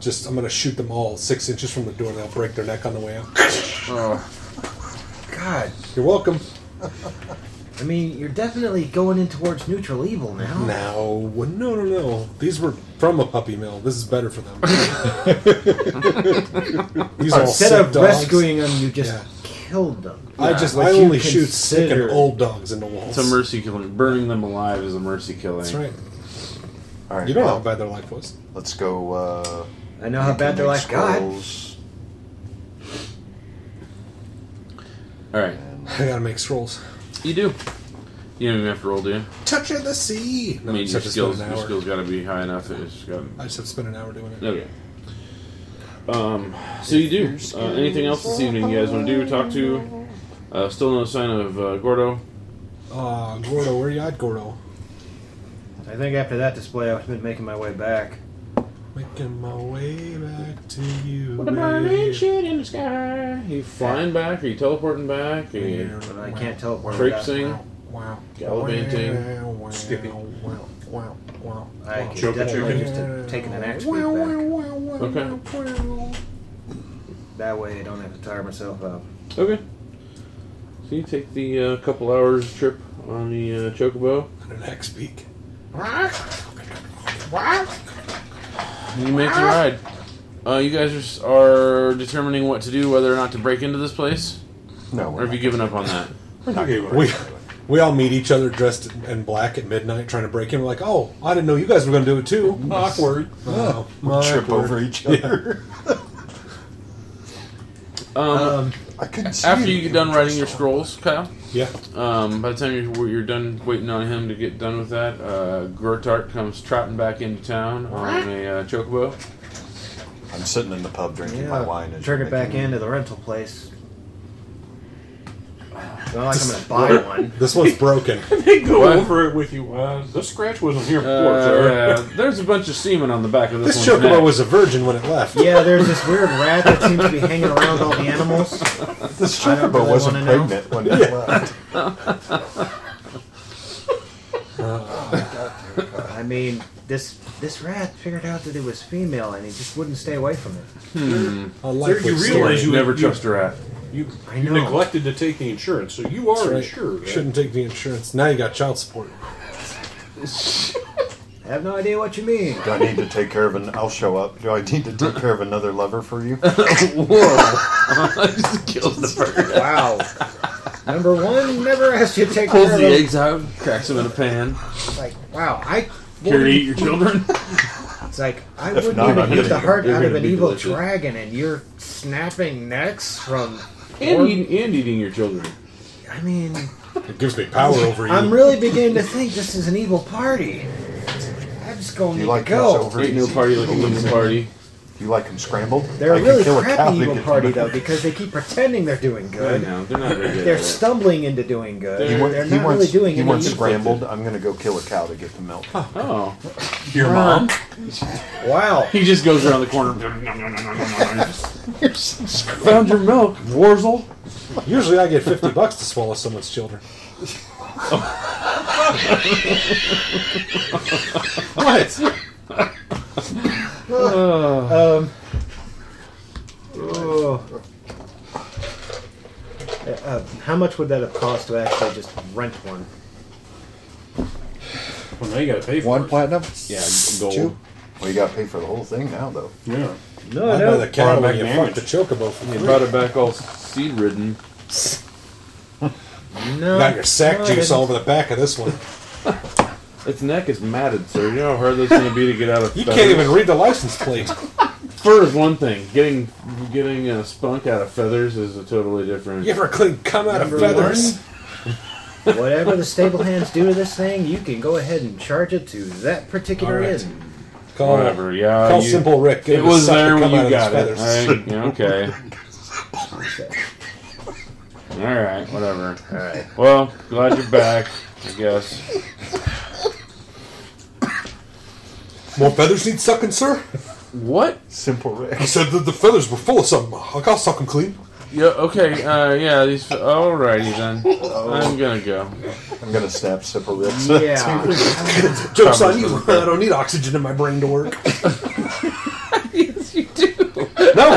[SPEAKER 10] Just, I'm gonna shoot them all six inches from the door. They'll break their neck on the way out.
[SPEAKER 9] Oh.
[SPEAKER 13] God,
[SPEAKER 10] You're welcome.
[SPEAKER 13] I mean, you're definitely going in towards neutral evil now.
[SPEAKER 10] No, no, no, no. These were from a puppy mill. This is better for them. These are all
[SPEAKER 13] Instead
[SPEAKER 10] sick
[SPEAKER 13] of
[SPEAKER 10] dogs.
[SPEAKER 13] rescuing them, you just
[SPEAKER 10] Yeah.
[SPEAKER 13] killed them.
[SPEAKER 10] I just,
[SPEAKER 13] Which
[SPEAKER 10] I
[SPEAKER 13] you
[SPEAKER 10] only shoot sick and
[SPEAKER 13] consider-
[SPEAKER 10] old dogs in the walls.
[SPEAKER 9] It's a mercy killing. Burning them alive is a mercy killing.
[SPEAKER 10] That's right.
[SPEAKER 11] All right.
[SPEAKER 10] You don't know
[SPEAKER 11] well,
[SPEAKER 10] how bad their life was.
[SPEAKER 11] Let's go. Uh,
[SPEAKER 13] I know how bad their life got.
[SPEAKER 11] scrolls.
[SPEAKER 9] All right.
[SPEAKER 10] I gotta make scrolls.
[SPEAKER 9] You do. You don't even have to roll, do you?
[SPEAKER 10] Touch of the sea. No,
[SPEAKER 9] I mean,
[SPEAKER 10] just
[SPEAKER 9] your
[SPEAKER 10] have to spend
[SPEAKER 9] skills,
[SPEAKER 10] an
[SPEAKER 9] your
[SPEAKER 10] hour.
[SPEAKER 9] skills got to be high enough. that It's got.
[SPEAKER 10] I just have to spend an hour doing it.
[SPEAKER 9] Okay. Um. So you do. Uh, anything else this evening? You guys want to do? Talk to? Uh, still no sign of uh, Gordo.
[SPEAKER 10] Uh, Gordo, where you at, Gordo?
[SPEAKER 13] I think after that display, I've been making my way back.
[SPEAKER 10] Making my way back to you.
[SPEAKER 9] What a burning
[SPEAKER 10] babe.
[SPEAKER 9] shit in the sky. Are you flying back? Are you teleporting back? Are you
[SPEAKER 13] But I can't teleport. without-
[SPEAKER 9] traipsing?
[SPEAKER 10] Wow.
[SPEAKER 9] Gallivanting?
[SPEAKER 10] Skipping. Wow, wow, wow.
[SPEAKER 13] I
[SPEAKER 10] wow.
[SPEAKER 13] could definitely just have taken an action
[SPEAKER 10] Wow,
[SPEAKER 13] back.
[SPEAKER 10] wow, wow,
[SPEAKER 9] Okay.
[SPEAKER 10] wow.
[SPEAKER 13] That way, I don't have to tire myself out.
[SPEAKER 9] Okay. So you take the uh, couple hours trip on the uh, chocobo.
[SPEAKER 10] And an axe beak.
[SPEAKER 9] And you make the ride. Uh, you guys are, s- are determining what to do, whether or not to break into this place.
[SPEAKER 11] No,
[SPEAKER 9] Or have you given up on that?
[SPEAKER 10] We, we all meet each other dressed in black at midnight trying to break in. We're like, oh, I didn't know you guys were going to do it too.
[SPEAKER 12] Awkward.
[SPEAKER 10] Oh,
[SPEAKER 11] We'll trip
[SPEAKER 10] awkward.
[SPEAKER 11] over each
[SPEAKER 10] Yeah.
[SPEAKER 11] other.
[SPEAKER 9] Um,
[SPEAKER 11] I couldn't see
[SPEAKER 9] after
[SPEAKER 11] you.
[SPEAKER 9] you get done writing your scrolls, Kyle.
[SPEAKER 10] Yeah.
[SPEAKER 9] Um, by the time you're, you're done waiting on him to get done with that, uh, Grotart comes trotting back into town on a uh, chocobo.
[SPEAKER 11] I'm sitting in the pub drinking my wine. And
[SPEAKER 13] Turn it back
[SPEAKER 11] making-
[SPEAKER 13] into the rental place. It's not like I'm gonna buy one.
[SPEAKER 10] This one's broken.
[SPEAKER 12] They go
[SPEAKER 9] What?
[SPEAKER 12] over it with you. Uh, the scratch wasn't here before,
[SPEAKER 9] Uh,
[SPEAKER 12] sir.
[SPEAKER 9] there's a bunch of semen on the back of this,
[SPEAKER 10] This
[SPEAKER 9] one's neck.
[SPEAKER 10] chocobo was a virgin when it left.
[SPEAKER 13] Yeah, there's this weird rat that seems to be hanging around all the animals.
[SPEAKER 11] This
[SPEAKER 13] I don't
[SPEAKER 11] chocobo
[SPEAKER 13] really
[SPEAKER 11] wasn't
[SPEAKER 13] wanna know.
[SPEAKER 11] pregnant when it left.
[SPEAKER 13] I mean, this this rat figured out that it was female, and he just wouldn't stay away from it.
[SPEAKER 9] Hmm.
[SPEAKER 10] I like
[SPEAKER 12] Sir, you
[SPEAKER 10] this
[SPEAKER 12] realize
[SPEAKER 10] story.
[SPEAKER 12] you-
[SPEAKER 9] Never trust a rat.
[SPEAKER 12] You,
[SPEAKER 13] I
[SPEAKER 12] you
[SPEAKER 13] know.
[SPEAKER 12] neglected to take the insurance, so you
[SPEAKER 10] That's
[SPEAKER 12] are
[SPEAKER 10] right.
[SPEAKER 12] insured.
[SPEAKER 10] Shouldn't take the insurance. Now you got child support.
[SPEAKER 13] I have no idea what you mean.
[SPEAKER 11] Do I need to take care of an? I'll show up. Do I need to take care of another lover for you?
[SPEAKER 9] Whoa! just kills the bird.
[SPEAKER 13] Wow. Number one never asked you to take
[SPEAKER 9] Pulls
[SPEAKER 13] care of
[SPEAKER 9] the
[SPEAKER 13] them.
[SPEAKER 9] eggs out, cracks them in a pan.
[SPEAKER 13] Like, wow, I.
[SPEAKER 9] Care to eat your children?
[SPEAKER 13] It's like I
[SPEAKER 11] If
[SPEAKER 13] wouldn't
[SPEAKER 11] not,
[SPEAKER 13] even
[SPEAKER 11] I'm
[SPEAKER 13] eat
[SPEAKER 11] gonna-
[SPEAKER 13] the heart
[SPEAKER 9] you're
[SPEAKER 13] out of
[SPEAKER 9] gonna
[SPEAKER 13] an
[SPEAKER 9] be
[SPEAKER 13] evil
[SPEAKER 9] delicious.
[SPEAKER 13] dragon, and you're snapping necks from.
[SPEAKER 9] and, eating, and eating your children.
[SPEAKER 13] I mean,
[SPEAKER 10] It gives me power over you.
[SPEAKER 13] I'm really beginning to think this is an evil party. I'm just going
[SPEAKER 11] You
[SPEAKER 13] to
[SPEAKER 11] like
[SPEAKER 13] go.
[SPEAKER 11] those
[SPEAKER 9] Ain't no party
[SPEAKER 10] Oh,
[SPEAKER 9] like a little party.
[SPEAKER 11] You like them scrambled?
[SPEAKER 13] They're
[SPEAKER 11] I
[SPEAKER 13] a
[SPEAKER 11] could
[SPEAKER 13] really
[SPEAKER 11] kill a cow
[SPEAKER 13] crappy
[SPEAKER 11] to
[SPEAKER 13] evil
[SPEAKER 11] get-
[SPEAKER 13] party though because they keep pretending they're doing
[SPEAKER 9] I
[SPEAKER 13] good.
[SPEAKER 9] know, they're not very good.
[SPEAKER 13] They're
[SPEAKER 9] at it.
[SPEAKER 13] stumbling into doing good.
[SPEAKER 11] He,
[SPEAKER 13] They're
[SPEAKER 11] wa-
[SPEAKER 13] not
[SPEAKER 11] he wants,
[SPEAKER 13] really doing
[SPEAKER 11] he wants
[SPEAKER 13] anything.
[SPEAKER 11] scrambled. I'm going to go kill a cow to get the milk.
[SPEAKER 9] Oh.
[SPEAKER 12] Your mom?
[SPEAKER 13] Wow.
[SPEAKER 9] He just goes around the corner. Found your milk, Warzel.
[SPEAKER 10] Usually I get 50 bucks to swallow someone's children. what?
[SPEAKER 13] Um. Oh. Uh, uh, how much would that have cost to actually just rent one?
[SPEAKER 12] Well, now you got to pay for
[SPEAKER 4] One
[SPEAKER 12] it.
[SPEAKER 4] platinum?
[SPEAKER 9] Yeah,
[SPEAKER 4] Two?
[SPEAKER 9] gold.
[SPEAKER 11] Well, you got to pay for the whole thing now, though.
[SPEAKER 9] Yeah.
[SPEAKER 10] No, I know.
[SPEAKER 11] the
[SPEAKER 10] cattle when you
[SPEAKER 11] fucked
[SPEAKER 9] the chocobo. He brought it back all seed ridden.
[SPEAKER 10] No, Got your sack no, I juice all didn't. over the back of this one.
[SPEAKER 9] its neck is matted, sir. You know how hard that's going to be to get out of.
[SPEAKER 10] You
[SPEAKER 9] feathers?
[SPEAKER 10] can't even read the license plate.
[SPEAKER 9] Fur is one thing. Getting getting uh, spunk out of feathers is a totally different.
[SPEAKER 10] You ever clean cum out of feathers?
[SPEAKER 17] Whatever the stable hands do to this thing, you can go ahead and charge it to that particular
[SPEAKER 10] All right.
[SPEAKER 17] end.
[SPEAKER 10] Call,
[SPEAKER 9] Whatever, yeah,
[SPEAKER 10] Call
[SPEAKER 9] you-
[SPEAKER 10] Simple Rick. Get
[SPEAKER 9] it
[SPEAKER 10] him to
[SPEAKER 9] was
[SPEAKER 10] suck the
[SPEAKER 9] there when
[SPEAKER 10] cum
[SPEAKER 9] you
[SPEAKER 10] out of his
[SPEAKER 9] got it.
[SPEAKER 10] feathers.
[SPEAKER 9] I- yeah, okay. All right, whatever. All right. Well, glad you're back. I guess.
[SPEAKER 10] More feathers need sucking, sir?
[SPEAKER 9] What?
[SPEAKER 11] Simple Rick.
[SPEAKER 10] He said that the feathers were full of something. I'll I'll suck them clean.
[SPEAKER 9] Yeah. Okay. Uh, yeah. These. Alrighty then.
[SPEAKER 17] Oh.
[SPEAKER 9] I'm gonna go.
[SPEAKER 11] I'm gonna snap simple Rick's.
[SPEAKER 10] Joke's on you. I don't need oxygen in my brain to work.
[SPEAKER 17] No,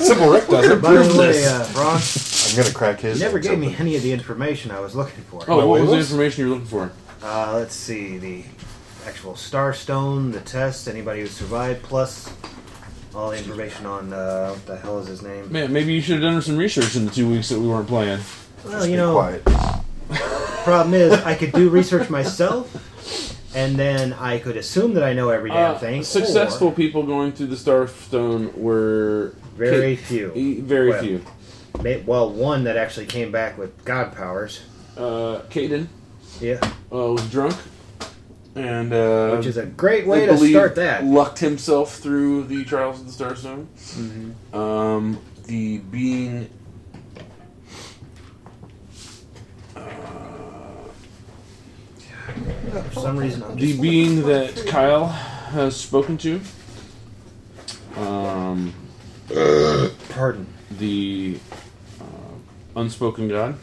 [SPEAKER 10] Simple Rick doesn't.
[SPEAKER 17] By the way, uh, Ron,
[SPEAKER 11] I'm gonna crack
[SPEAKER 17] you
[SPEAKER 11] his.
[SPEAKER 17] never
[SPEAKER 11] eggs
[SPEAKER 17] gave
[SPEAKER 11] open.
[SPEAKER 17] me any of the information I was looking for.
[SPEAKER 9] Oh, what was the information you were looking for?
[SPEAKER 17] Uh, let's see the actual starstone, the test, anybody who survived, plus all the information on uh, what the hell is his name?
[SPEAKER 9] Man, maybe you should have done some research in the two weeks that we weren't playing.
[SPEAKER 17] Well, you know, problem is I could do research myself, and then I could assume that I know every damn
[SPEAKER 9] Uh,
[SPEAKER 17] thing. or-
[SPEAKER 9] Successful people going through the Starstone were
[SPEAKER 17] Very
[SPEAKER 9] ca-
[SPEAKER 17] few.
[SPEAKER 9] e- Very
[SPEAKER 17] Well,
[SPEAKER 9] few.
[SPEAKER 17] ma- Well, one that actually came back with god powers.
[SPEAKER 9] Uh, Caden.
[SPEAKER 17] Yeah.
[SPEAKER 9] Uh, was drunk, and uh,
[SPEAKER 17] Which is a great way
[SPEAKER 9] I
[SPEAKER 17] to
[SPEAKER 9] believe
[SPEAKER 17] start that.
[SPEAKER 9] Lucked himself through the trials of the Starstone.
[SPEAKER 17] Mhm.
[SPEAKER 9] Um, the being.
[SPEAKER 17] For some reason, I'm
[SPEAKER 9] the
[SPEAKER 17] just
[SPEAKER 9] being that Kyle has spoken to. Um,
[SPEAKER 17] Pardon.
[SPEAKER 9] The uh, unspoken god.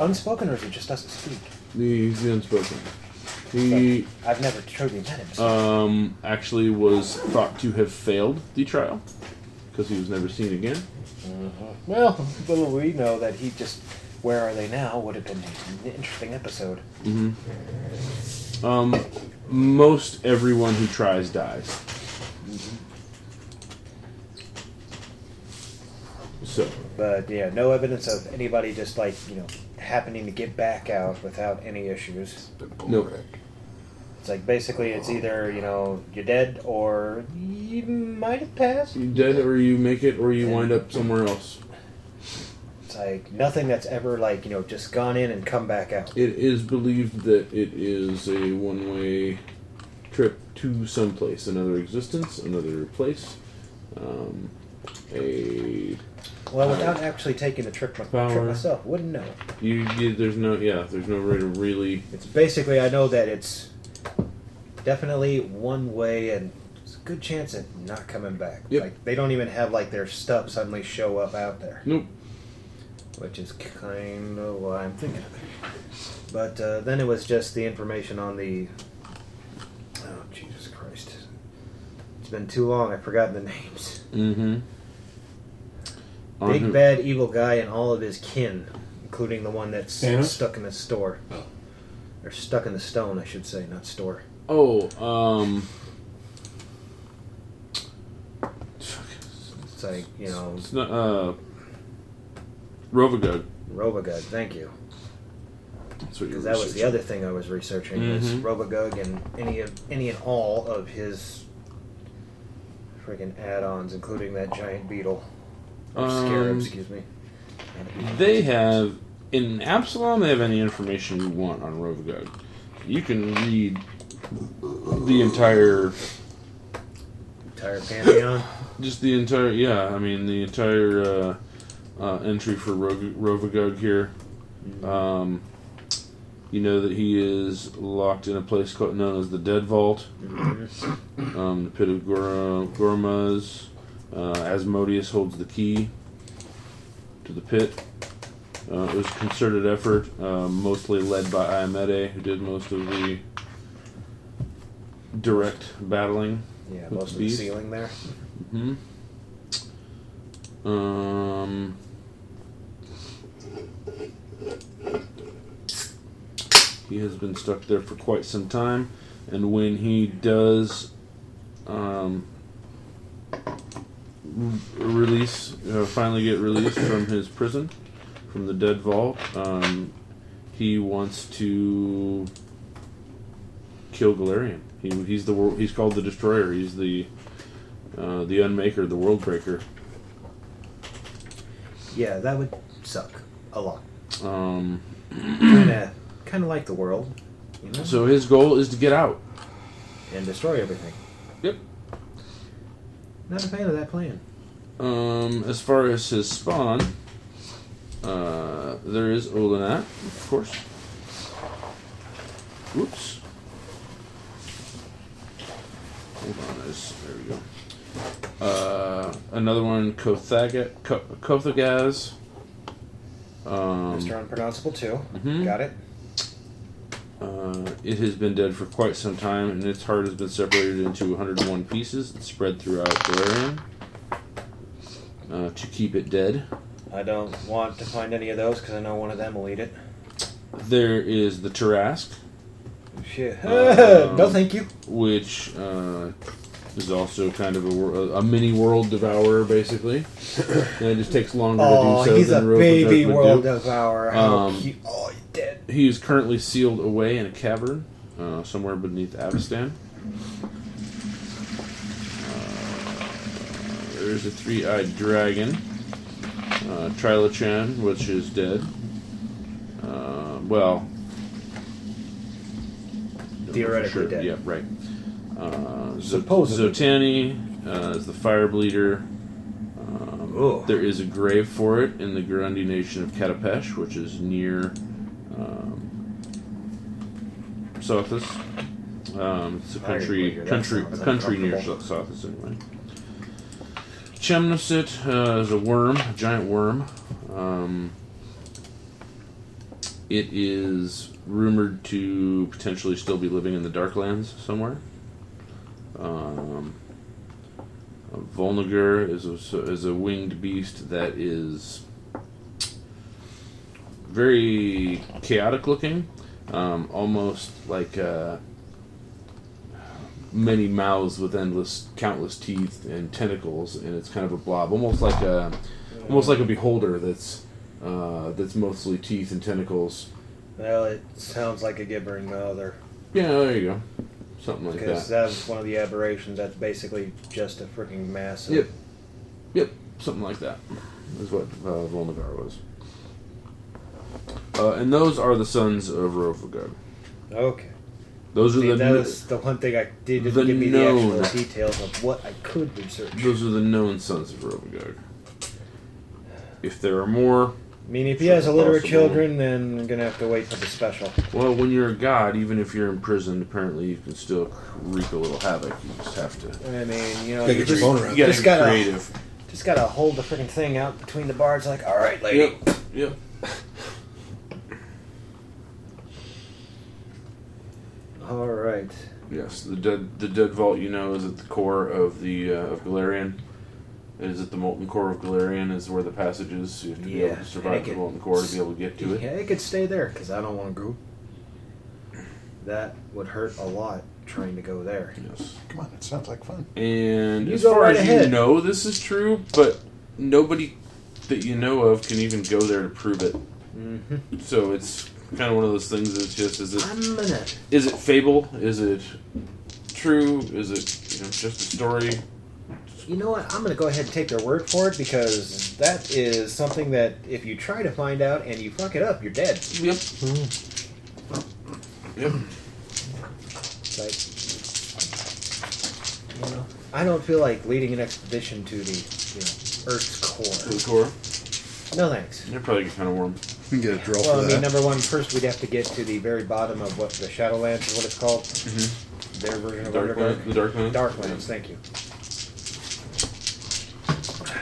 [SPEAKER 13] Unspoken, or is it just doesn't speak?
[SPEAKER 9] The, the unspoken. He
[SPEAKER 13] I've never truly met him. so-
[SPEAKER 17] Uh,
[SPEAKER 9] um, actually was thought to have failed the trial because he was never seen again.
[SPEAKER 13] Well, little we know that he just. Where are they now? Would have been an interesting episode.
[SPEAKER 9] hmm Um, most everyone who tries dies. Mm-hmm. So,
[SPEAKER 13] But yeah, no evidence of anybody just like you know happening to get back out without any issues.
[SPEAKER 9] nope.
[SPEAKER 13] It's like basically it's either you know you're dead or you might have passed.
[SPEAKER 9] You dead, or you make it, or you wind up somewhere else.
[SPEAKER 13] It's like nothing that's ever like you know just gone in and come back out.
[SPEAKER 9] It is believed that it is a one way trip to someplace, another existence, another place. Um, a
[SPEAKER 13] Well, without actually taking the trip, my, trip
[SPEAKER 9] Power.
[SPEAKER 13] myself, wouldn't know.
[SPEAKER 9] you, you, there's no, yeah, there's no way to really.
[SPEAKER 13] It's basically I know that it's definitely one way and it's a good chance of not coming back.
[SPEAKER 9] Yep.
[SPEAKER 13] Like they don't even have like their stuff suddenly show up out there.
[SPEAKER 9] Nope.
[SPEAKER 13] Which is kind of what I'm thinking of. But uh, then it was just the information on the. Oh Jesus Christ! It's been too long. I've forgotten the names.
[SPEAKER 9] Mm-hmm.
[SPEAKER 13] Big bad evil guy and all of his kin, including the one that's
[SPEAKER 9] Thanos?
[SPEAKER 13] stuck in the store. Or stuck in the stone, I should say, not store.
[SPEAKER 9] Oh, um,
[SPEAKER 13] It's like, you know,
[SPEAKER 9] it's not, uh, Rovagug.
[SPEAKER 13] Robogug, thank you.
[SPEAKER 9] That's what you're
[SPEAKER 13] Because that was the
[SPEAKER 9] researching.
[SPEAKER 13] other thing I was researching was
[SPEAKER 9] Mhm.
[SPEAKER 13] Robogug and any of any and all of his freaking add-ons, including that giant beetle. Or
[SPEAKER 9] Um,
[SPEAKER 13] scarab, excuse me.
[SPEAKER 9] They have in Absalom. They have any information you want on Rovagog. You can read the entire,
[SPEAKER 13] Entire pantheon.
[SPEAKER 9] just the entire. Yeah, I mean the entire uh, uh, entry for Rog- Rovagog here. Um, you know that he is locked in a place called, known as the Dead Vault, um, the pit of Gor- Gormas. Uh, Asmodeus holds the key to the pit. Uh, it was a concerted effort, uh, mostly led by Ayamede, who did most of the direct battling.
[SPEAKER 13] Yeah,
[SPEAKER 9] with
[SPEAKER 13] most of the
[SPEAKER 9] beast.
[SPEAKER 13] ceiling there.
[SPEAKER 9] hmm Um. He has been stuck there for quite some time. and when he does um, re- release, uh, finally get released from his prison, from the dead vault, um, he wants to kill Galarian. He, he's the wor- he's called the Destroyer. He's the uh, the Unmaker, the World Breaker.
[SPEAKER 13] Yeah, that would suck a lot.
[SPEAKER 9] Um,
[SPEAKER 13] Kind of, kind of like the world. You know?
[SPEAKER 9] so his goal is to get out.
[SPEAKER 13] and destroy everything.
[SPEAKER 9] Yep.
[SPEAKER 13] Not a fan of that plan.
[SPEAKER 9] Um, as far as his spawn, uh, there is Olinat, of course. Whoops. Hold on, there's, there we go. Uh, another one, Kothaga, Ko- Kothagaz. Um,
[SPEAKER 13] Mr. Unpronounceable too.
[SPEAKER 9] Mhm.
[SPEAKER 13] Got it.
[SPEAKER 9] Uh, it has been dead for quite some time, and its heart has been separated into 101 pieces and spread throughout Galarian uh, to keep it dead.
[SPEAKER 13] I don't want to find any of those because I know one of them will eat it.
[SPEAKER 9] There is the Tarask.
[SPEAKER 13] Shit.
[SPEAKER 9] um,
[SPEAKER 13] no, thank you.
[SPEAKER 9] Which uh, is also kind of a, wor- a mini world devourer, basically. and it just takes longer
[SPEAKER 13] Oh,
[SPEAKER 9] to do so
[SPEAKER 13] he's
[SPEAKER 9] than
[SPEAKER 13] a
[SPEAKER 9] Rope
[SPEAKER 13] baby
[SPEAKER 9] would
[SPEAKER 13] world
[SPEAKER 9] do.
[SPEAKER 13] devourer. How
[SPEAKER 9] Um,
[SPEAKER 13] cute. Oh, he's dead.
[SPEAKER 9] He is currently sealed away in a cavern uh, somewhere beneath Avestan. Uh, There is a three eyed dragon, uh, Trilochan, which is dead. Uh, well,
[SPEAKER 13] Theoretically
[SPEAKER 9] sure.
[SPEAKER 13] dead.
[SPEAKER 9] Yeah, right. Uh, Zo-
[SPEAKER 13] Supposedly.
[SPEAKER 9] Zotani uh, is the fire bleeder. Um, there is a grave for it in the Gurundi nation of Katapesh, which is near um, Sothis. Um, it's a
[SPEAKER 13] I can
[SPEAKER 9] country,
[SPEAKER 13] figure that
[SPEAKER 9] country,
[SPEAKER 13] sounds
[SPEAKER 9] a country near
[SPEAKER 13] uncomfortable.
[SPEAKER 9] Soth- Sothis, anyway. Chemnosit uh, is a worm, a giant worm. Um, it is rumored to potentially still be living in the Darklands somewhere. Um, a Volniger is a, is a winged beast that is very chaotic looking, um, almost like uh, many mouths with endless, countless teeth and tentacles, and it's kind of a blob, almost like a, almost like a beholder that's uh, that's mostly teeth and tentacles.
[SPEAKER 13] Well, it sounds like a gibbering mother.
[SPEAKER 9] Yeah, there you go, something like that.
[SPEAKER 13] Because that was one of the aberrations. That's basically just a freaking massive.
[SPEAKER 9] Yep. Yep, something like that is what uh, Volnagar was. Uh, and those are the sons of Rovagard.
[SPEAKER 13] Okay.
[SPEAKER 9] Those are
[SPEAKER 13] See,
[SPEAKER 9] the
[SPEAKER 13] that
[SPEAKER 9] kno-
[SPEAKER 13] was the one thing I did
[SPEAKER 9] the
[SPEAKER 13] not give me the
[SPEAKER 9] known.
[SPEAKER 13] actual details of what I could research.
[SPEAKER 9] those are the known sons of Rovagard. If there are more,
[SPEAKER 13] I mean, if he
[SPEAKER 9] Sure,
[SPEAKER 13] has illiterate
[SPEAKER 9] possible.
[SPEAKER 13] children, then I'm gonna have to wait for the special.
[SPEAKER 9] well, when you're a god, even if you're imprisoned, apparently you can still wreak a little havoc. You just have to.
[SPEAKER 13] I mean, you know,
[SPEAKER 9] Gotta
[SPEAKER 13] you
[SPEAKER 9] get your
[SPEAKER 13] just,
[SPEAKER 9] boner out
[SPEAKER 13] you
[SPEAKER 9] there.
[SPEAKER 13] just
[SPEAKER 9] Gotta be
[SPEAKER 13] gotta
[SPEAKER 9] creative.
[SPEAKER 13] just gotta hold the freaking thing out between the bars. Like, all right, lady.
[SPEAKER 9] Yep. Yep.
[SPEAKER 13] All right.
[SPEAKER 9] Yes, the dead the dead vault you know is at the core of the uh, of Galarian. It is at the molten core of Galarian is where the passage is. So you have to be able
[SPEAKER 13] Yeah,
[SPEAKER 9] to
[SPEAKER 13] and
[SPEAKER 9] survive
[SPEAKER 13] it
[SPEAKER 9] the
[SPEAKER 13] could-
[SPEAKER 9] molten core to be able to get to it.
[SPEAKER 13] Yeah, it could stay there because I don't want to go. That would hurt a lot trying to go there.
[SPEAKER 9] Yes.
[SPEAKER 11] Come on, it sounds like fun.
[SPEAKER 9] And
[SPEAKER 13] You
[SPEAKER 9] as
[SPEAKER 13] go
[SPEAKER 9] far
[SPEAKER 13] right
[SPEAKER 9] as you
[SPEAKER 13] ahead.
[SPEAKER 9] know, this is true, but nobody that you know of can even go there to prove it.
[SPEAKER 13] Mhm.
[SPEAKER 9] So it's kind of one of those things that's just is it
[SPEAKER 13] I'm gonna-
[SPEAKER 9] is it fable? Is it true? Is it you know, just a story?
[SPEAKER 13] You know what? I'm going to go ahead and take their word for it because that is something that if you try to find out and you fuck it up, you're dead.
[SPEAKER 9] Yep.
[SPEAKER 13] Hmm.
[SPEAKER 9] Yep.
[SPEAKER 13] Like, you know, I don't feel like leading an expedition to the you know, Earth's core.
[SPEAKER 9] To the core.
[SPEAKER 13] No thanks.
[SPEAKER 9] They're probably get kind of warm.
[SPEAKER 4] You can get a drill
[SPEAKER 13] Well,
[SPEAKER 4] for
[SPEAKER 13] I
[SPEAKER 4] that.
[SPEAKER 13] mean, number one, first we'd have to get to the very bottom of what the Shadowlands is what it's called. Mm-hmm. Their version of
[SPEAKER 9] Dark
[SPEAKER 13] Underdark.
[SPEAKER 9] Land- the Dark Lands?
[SPEAKER 13] Darklands, thank you.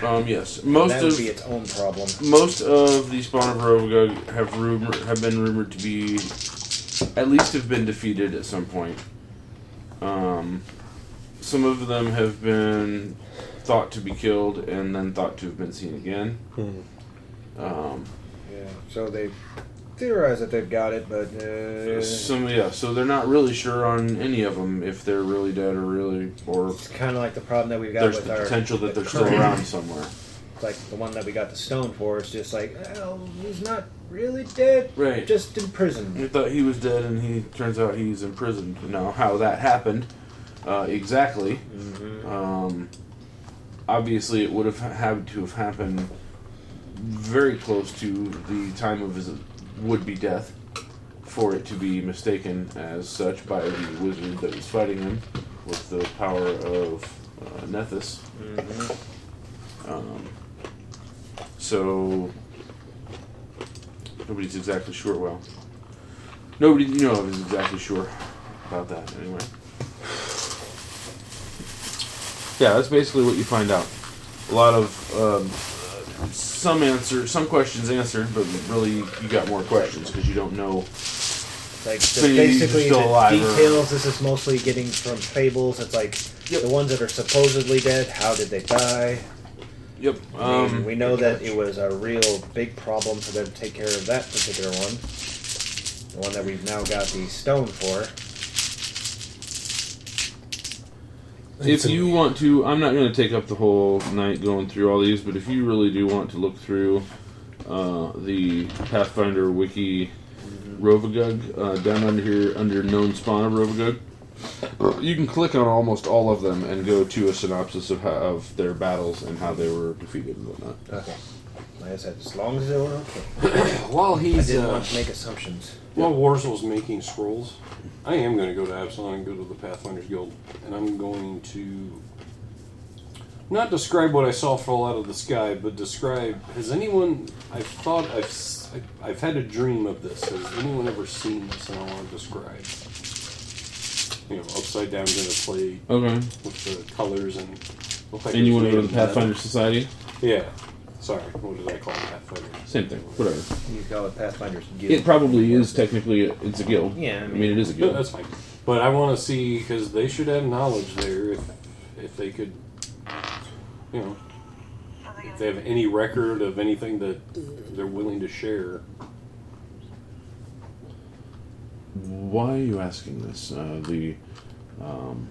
[SPEAKER 9] Um, yes,
[SPEAKER 13] And
[SPEAKER 9] most
[SPEAKER 13] that
[SPEAKER 9] of
[SPEAKER 13] would be its own problem.
[SPEAKER 9] most of the spawn of Rovagog have rumor have been rumored to be, at least have been defeated at some point. Um, some of them have been thought to be killed and then thought to have been seen again.
[SPEAKER 13] Hmm.
[SPEAKER 9] Um,
[SPEAKER 13] Yeah. So they theorize that they've got it, but uh,
[SPEAKER 9] Some yeah, so they're not really sure on any of them if they're really dead or really or
[SPEAKER 13] it's kind of uh, like the problem that we've got
[SPEAKER 9] there's
[SPEAKER 13] with
[SPEAKER 9] the
[SPEAKER 13] our
[SPEAKER 9] potential that
[SPEAKER 13] the
[SPEAKER 9] they're still
[SPEAKER 13] current-
[SPEAKER 9] around somewhere.
[SPEAKER 13] Like the one that we got the stone for is just like, well, he's not really dead.
[SPEAKER 9] Right.
[SPEAKER 13] Just in prison.
[SPEAKER 9] We thought he was dead, and he turns out he's imprisoned. Now, how that happened uh, exactly? Um, obviously, it would have had to have happened very close to the time of his would-be death for it to be mistaken as such by the wizard that was fighting him with the power of uh, Nethys. Um, so nobody's exactly sure. Well, nobody you know is exactly sure about that anyway. Yeah, that's basically what you find out. A lot of um, some answer, some questions answered, but really you got more questions because you don't know.
[SPEAKER 13] Like
[SPEAKER 9] if
[SPEAKER 13] just
[SPEAKER 9] any of these are
[SPEAKER 13] basically
[SPEAKER 9] still
[SPEAKER 13] the
[SPEAKER 9] alive or-
[SPEAKER 13] details. This is mostly getting from fables. It's like the ones that are supposedly dead. How did they die?
[SPEAKER 9] Yep.
[SPEAKER 13] I mean,
[SPEAKER 9] um,
[SPEAKER 13] we know that it was a real big problem for them to take care of that particular one. The one that we've now got the stone for.
[SPEAKER 9] If you want to, I'm not going to take up the whole night going through all these, but if you really do want to look through uh, the Pathfinder Wiki Rovagug, uh, down under here, under Known Spawn of Rovagug, you can click on almost all of them and go to a synopsis of, how, of their battles and how they were defeated and whatnot.
[SPEAKER 13] Okay. Like I said, as long as they were okay.
[SPEAKER 12] While he's,
[SPEAKER 13] I didn't
[SPEAKER 12] uh,
[SPEAKER 13] want to make assumptions.
[SPEAKER 12] While Warzel's making scrolls, I am going to go to Absalon and go to the Pathfinders Guild, and I'm going to not describe what I saw fall out of the sky, but describe. Has anyone? I've thought I've s- I- I've had a dream of this. Has anyone ever seen this? And I want to describe. You know, upside down dinner plate.
[SPEAKER 9] Okay.
[SPEAKER 12] With the colors and. look like
[SPEAKER 9] And
[SPEAKER 12] it's
[SPEAKER 9] you want to go to
[SPEAKER 12] made
[SPEAKER 9] the
[SPEAKER 12] of
[SPEAKER 9] Pathfinder
[SPEAKER 12] metal.
[SPEAKER 9] Society?
[SPEAKER 12] Yeah. Sorry, what did I call it? Pathfinder?
[SPEAKER 9] Same thing, whatever.
[SPEAKER 13] You call it Pathfinder's Guild.
[SPEAKER 9] It probably is technically, it's a guild.
[SPEAKER 13] Yeah, I
[SPEAKER 9] I mean,
[SPEAKER 13] mean-
[SPEAKER 9] it is a
[SPEAKER 12] No,
[SPEAKER 9] guild.
[SPEAKER 12] that's fine. But I want to see because they should have knowledge there if if they could, you know, if they have any record of anything that they're willing to share.
[SPEAKER 9] Why are you asking this? Uh, the um,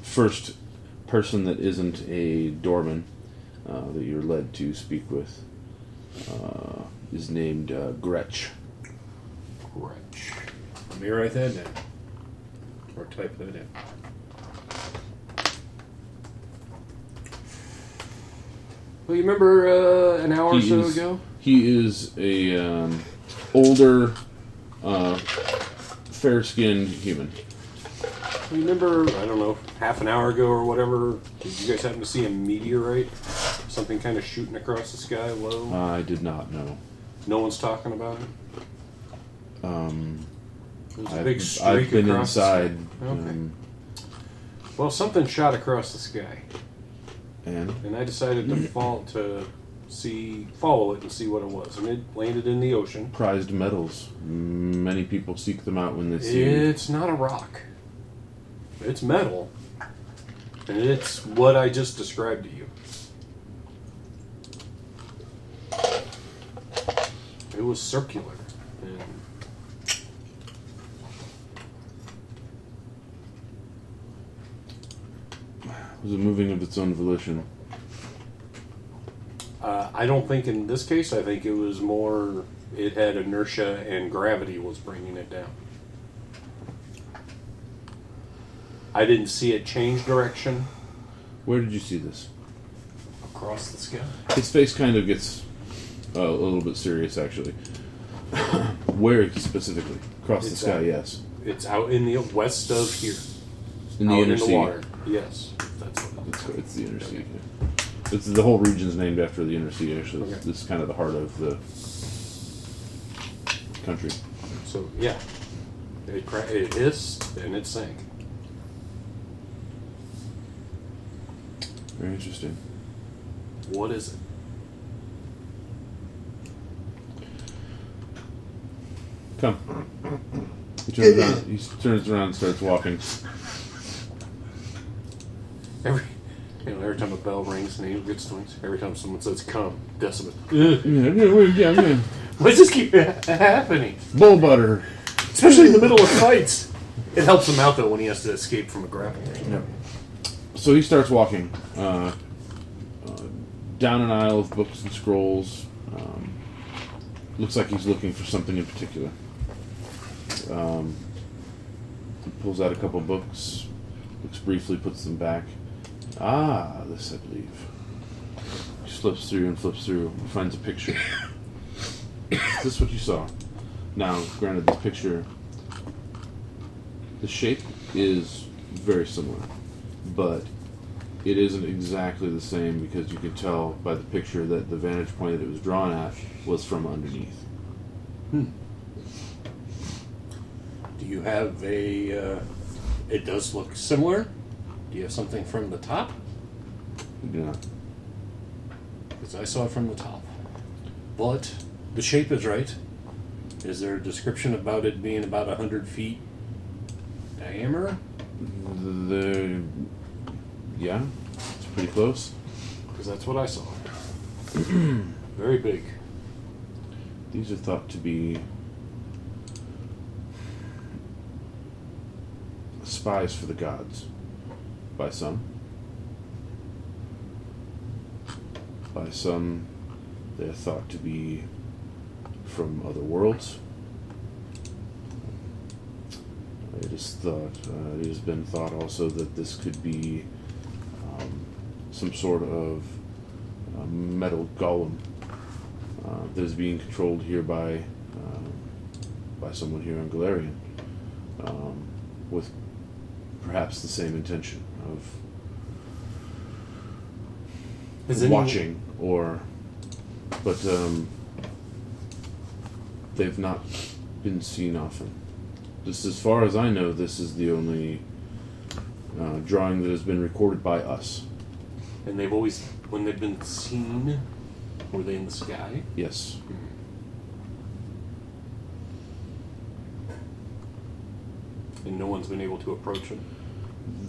[SPEAKER 9] first person that isn't a doorman uh, that you're led to speak with uh, is named uh, Gretch.
[SPEAKER 12] Gretch.
[SPEAKER 18] Let me write that down. Or type that in.
[SPEAKER 12] Well, you remember uh, an hour or so
[SPEAKER 9] is,
[SPEAKER 12] ago?
[SPEAKER 9] He is a um, older, uh, fair-skinned human.
[SPEAKER 12] You remember? I don't know, half an hour ago or whatever. Did you guys happen to see a meteorite? Something kind of shooting across the sky low.
[SPEAKER 9] I did not know.
[SPEAKER 12] no one's talking about it.
[SPEAKER 9] Um,
[SPEAKER 12] There's a
[SPEAKER 9] I've,
[SPEAKER 12] big
[SPEAKER 9] I've
[SPEAKER 12] streak
[SPEAKER 9] been
[SPEAKER 12] across the sky.
[SPEAKER 9] inside.
[SPEAKER 12] Okay.
[SPEAKER 9] um,
[SPEAKER 12] Well, something shot across the sky,
[SPEAKER 9] and
[SPEAKER 12] and I decided to fall to see follow it and see what it was, and it landed in the ocean.
[SPEAKER 9] prized metals. Many people seek them out when they see
[SPEAKER 12] It's not a rock. It's metal, and it's what I just described to you. It was circular. And
[SPEAKER 9] It was a moving of its own volition.
[SPEAKER 12] Uh, I don't think in this case. I think it was more. It had inertia and gravity was bringing it down. I didn't see it change direction
[SPEAKER 9] Where did you see this?
[SPEAKER 12] across the sky.
[SPEAKER 9] His face kind of gets uh, a little bit serious, actually. Where specifically? Across the
[SPEAKER 12] It's uh,
[SPEAKER 9] sky,
[SPEAKER 12] out-
[SPEAKER 9] yes.
[SPEAKER 12] It's out in the west of here.
[SPEAKER 9] In the
[SPEAKER 12] out
[SPEAKER 9] inner
[SPEAKER 12] in
[SPEAKER 9] sea.
[SPEAKER 12] the water. Yes, that's what
[SPEAKER 9] It's, it's the inner sea. It's, the whole region's named after the inner sea, actually. It's- It's kind of the heart of the country.
[SPEAKER 12] So yeah, it cra- it hissed and it sank.
[SPEAKER 9] Very interesting.
[SPEAKER 12] What is it?
[SPEAKER 9] Come. He turns, around, he s- turns around and starts walking.
[SPEAKER 12] Every you know, every time a bell rings, an angel gets wings. Every time someone says "come," decimate.
[SPEAKER 9] yeah, yeah, yeah, yeah.
[SPEAKER 12] Let's just keep it ha- happening.
[SPEAKER 7] Bull butter.
[SPEAKER 12] Especially in the middle of fights. It helps him out, though, when he has to escape from a grapple. Yeah.
[SPEAKER 9] So he starts walking uh, uh, down an aisle of books and scrolls. Um, looks like he's looking for something in particular. Um, he pulls out a couple books, looks briefly, puts them back. Ah, this I believe. He flips through and flips through, finds a picture. Is this what you saw? Now, granted, this picture, the shape is very similar, but it isn't exactly the same because you can tell by the picture that the vantage point that it was drawn at was from underneath.
[SPEAKER 12] Do you have a. Uh, it does look similar. Do you have something from the top?
[SPEAKER 9] Yeah.
[SPEAKER 12] Because I saw it from the top. But the shape is right. Is there a description about it being about 100 feet diameter?
[SPEAKER 9] The yeah, it's pretty close.
[SPEAKER 12] Because that's what I saw. Very big.
[SPEAKER 9] These are thought to be spies for the gods by some. By some, they're thought to be from other worlds. It is thought, uh, it has been thought also that this could be um, some sort of uh, metal golem uh, that is being controlled here by um by someone here on Galarian, um, with perhaps the same intention
[SPEAKER 12] Has
[SPEAKER 9] of
[SPEAKER 12] anyone-
[SPEAKER 9] watching or, but um, they've not been seen often. Just as far as I know, this is the only uh, drawing that has been recorded by us.
[SPEAKER 12] And they've always, when they've been seen, were they in the sky?
[SPEAKER 9] Yes.
[SPEAKER 12] And no one's been able to approach them.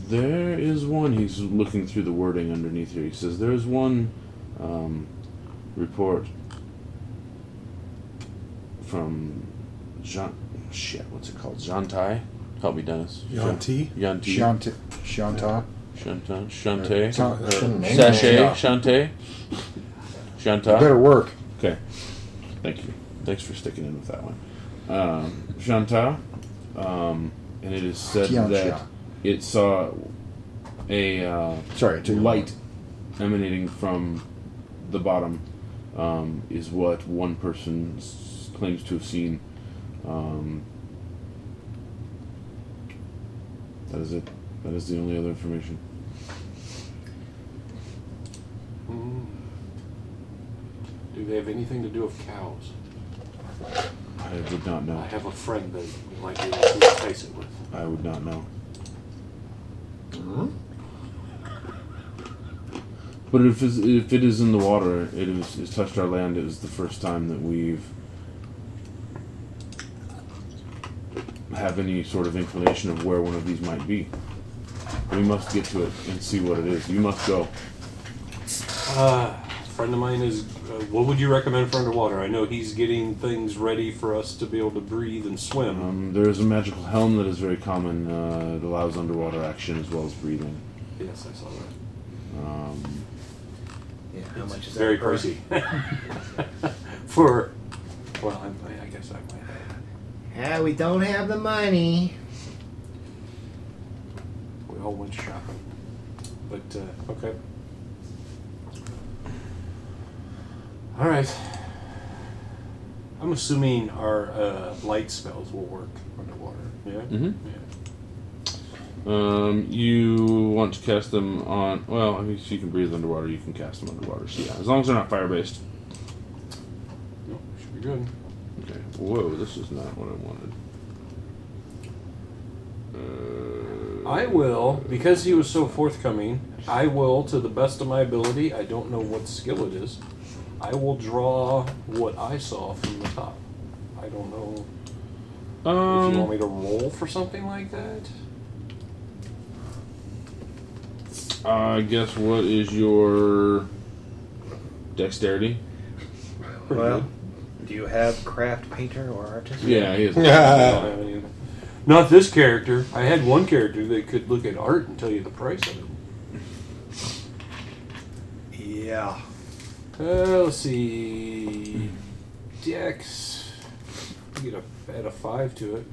[SPEAKER 9] There is one. He's looking through the wording underneath here. He says there is one um, report from Jean. Shit, what's it called? Jantai. Help me, Dennis.
[SPEAKER 4] Yanti?
[SPEAKER 9] Yanti.
[SPEAKER 4] Shanta. Shanta.
[SPEAKER 9] Shanta. Shante.
[SPEAKER 4] Or- or-
[SPEAKER 9] Sachet. Shante. Shanta.
[SPEAKER 4] Better work.
[SPEAKER 9] Okay. Thank you. Thanks for sticking in with that one. Um, Shanta, um, and it is said
[SPEAKER 4] Tianxia.
[SPEAKER 9] that it saw a uh,
[SPEAKER 4] Sorry, took a
[SPEAKER 9] light emanating from the bottom um, is what one person s- claims to have seen. Um, that is it. That is the only other information.
[SPEAKER 12] Do they have anything to do with cows?
[SPEAKER 9] I did not know.
[SPEAKER 12] I have a friend that we might be able to replace it with.
[SPEAKER 9] I would not know. But if it's, if it is in the water, it is it's touched our land. It is the first time that we've have any sort of inclination of where one of these might be. We must get to it and see what it is. You must go.
[SPEAKER 12] Uh, a friend of mine is. Uh, what would you recommend for underwater? I know he's getting things ready for us to be able to breathe and swim.
[SPEAKER 9] Um, there is a magical helm that is very common. Uh, it allows underwater action as well as breathing.
[SPEAKER 12] Yes, I saw that.
[SPEAKER 9] Um,
[SPEAKER 13] Yeah, how much is
[SPEAKER 12] Very
[SPEAKER 13] that? per-
[SPEAKER 12] pricey. for. Well, I'm, I guess I might.
[SPEAKER 13] Ah, we don't have the money.
[SPEAKER 12] We all went shopping. But, uh, okay. All right. I'm assuming our uh, light spells will work underwater. Yeah?
[SPEAKER 9] Mhm. Um, you want to cast them on. Well, I mean, if you can breathe underwater, you can cast them underwater. So yeah, as long as they're not fire based.
[SPEAKER 12] No, should be good.
[SPEAKER 9] Okay. Whoa, this is not what I wanted. Uh,
[SPEAKER 12] I will, because he was so forthcoming, I will, to the best of my ability, I don't know what skill it is, I will draw what I saw from the top. I don't know if
[SPEAKER 9] Um,
[SPEAKER 12] you want me to roll for something like that.
[SPEAKER 9] I guess what is your dexterity?
[SPEAKER 13] Well, Do you have craft painter or artist?
[SPEAKER 12] Yeah, he is. I don't have any. Not this character. I had one character that could look at art and tell you the price of it.
[SPEAKER 13] Yeah.
[SPEAKER 12] Uh, let's see. Dex. You get a, add a 5 to it.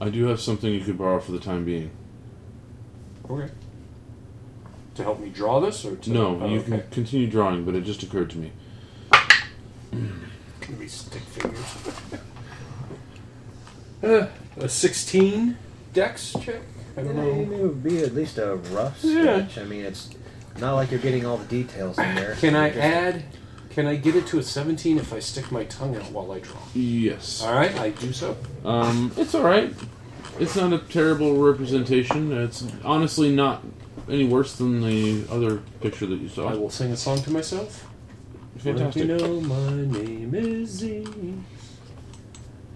[SPEAKER 9] I do have something you could borrow for the time being.
[SPEAKER 12] Okay. To help me draw this? or to,
[SPEAKER 9] No,
[SPEAKER 12] oh,
[SPEAKER 9] you
[SPEAKER 12] okay.
[SPEAKER 9] can continue drawing, but it just occurred to me.
[SPEAKER 12] Gonna be stick figures. uh, a 16 dex check? I don't know.
[SPEAKER 13] It would be at least a rough
[SPEAKER 12] Yeah.
[SPEAKER 13] sketch. I mean, it's not like you're getting all the details in there.
[SPEAKER 12] Can I
[SPEAKER 13] Just-
[SPEAKER 12] add? Can I get it to a 17 if I stick my tongue out while I draw?
[SPEAKER 9] Yes.
[SPEAKER 12] All right, I do so.
[SPEAKER 9] Um, it's all right. It's not a terrible representation. It's honestly not any worse than the other picture that you saw.
[SPEAKER 12] I will sing a song to myself.
[SPEAKER 9] Fantastic.
[SPEAKER 12] Let me know my name is Z.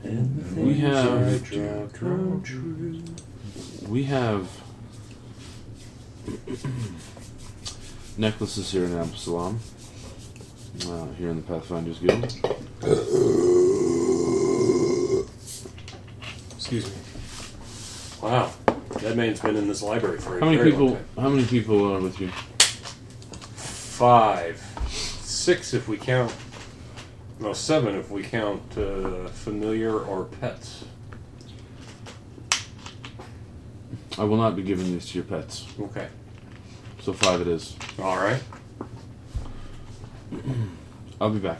[SPEAKER 12] And the
[SPEAKER 9] We
[SPEAKER 12] things
[SPEAKER 9] have-
[SPEAKER 12] I draw come true.
[SPEAKER 9] We have necklaces here in Absalom, uh, here in the Pathfinders Guild.
[SPEAKER 12] Excuse me. Wow, that man's been in this library for a
[SPEAKER 9] How many
[SPEAKER 12] very long
[SPEAKER 9] people?
[SPEAKER 12] time.
[SPEAKER 9] How many people are with you?
[SPEAKER 12] Five, six if we count. No, seven if we count uh, familiar or pets.
[SPEAKER 9] I will not be giving these to your pets.
[SPEAKER 12] Okay.
[SPEAKER 9] So five it is.
[SPEAKER 12] All right.
[SPEAKER 9] I'll be back.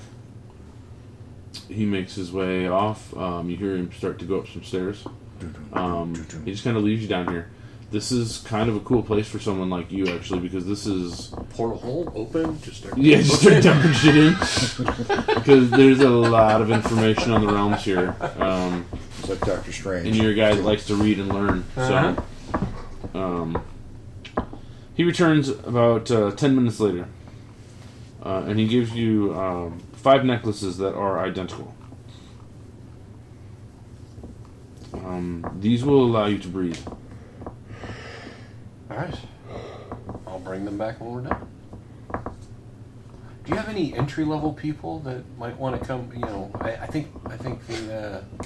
[SPEAKER 9] He makes his way off. Um, you hear him start to go up some stairs. Um, he just kind of leaves you down here. This is kind of a cool place for someone like you, actually, because this is
[SPEAKER 12] Portal hole open. Just start
[SPEAKER 9] yeah, just start dumping shit in because there's a lot of information on the realms here. Um,
[SPEAKER 4] like Doctor Strange,
[SPEAKER 9] and your guy likes to read and learn. So, um, he returns about uh, ten minutes later, uh, and he gives you um, five necklaces that are identical. Um, these will allow you to breathe.
[SPEAKER 12] All right. I'll bring them back when we're done. Do you have any entry level people that might want to come? You know, I, I think I think the uh,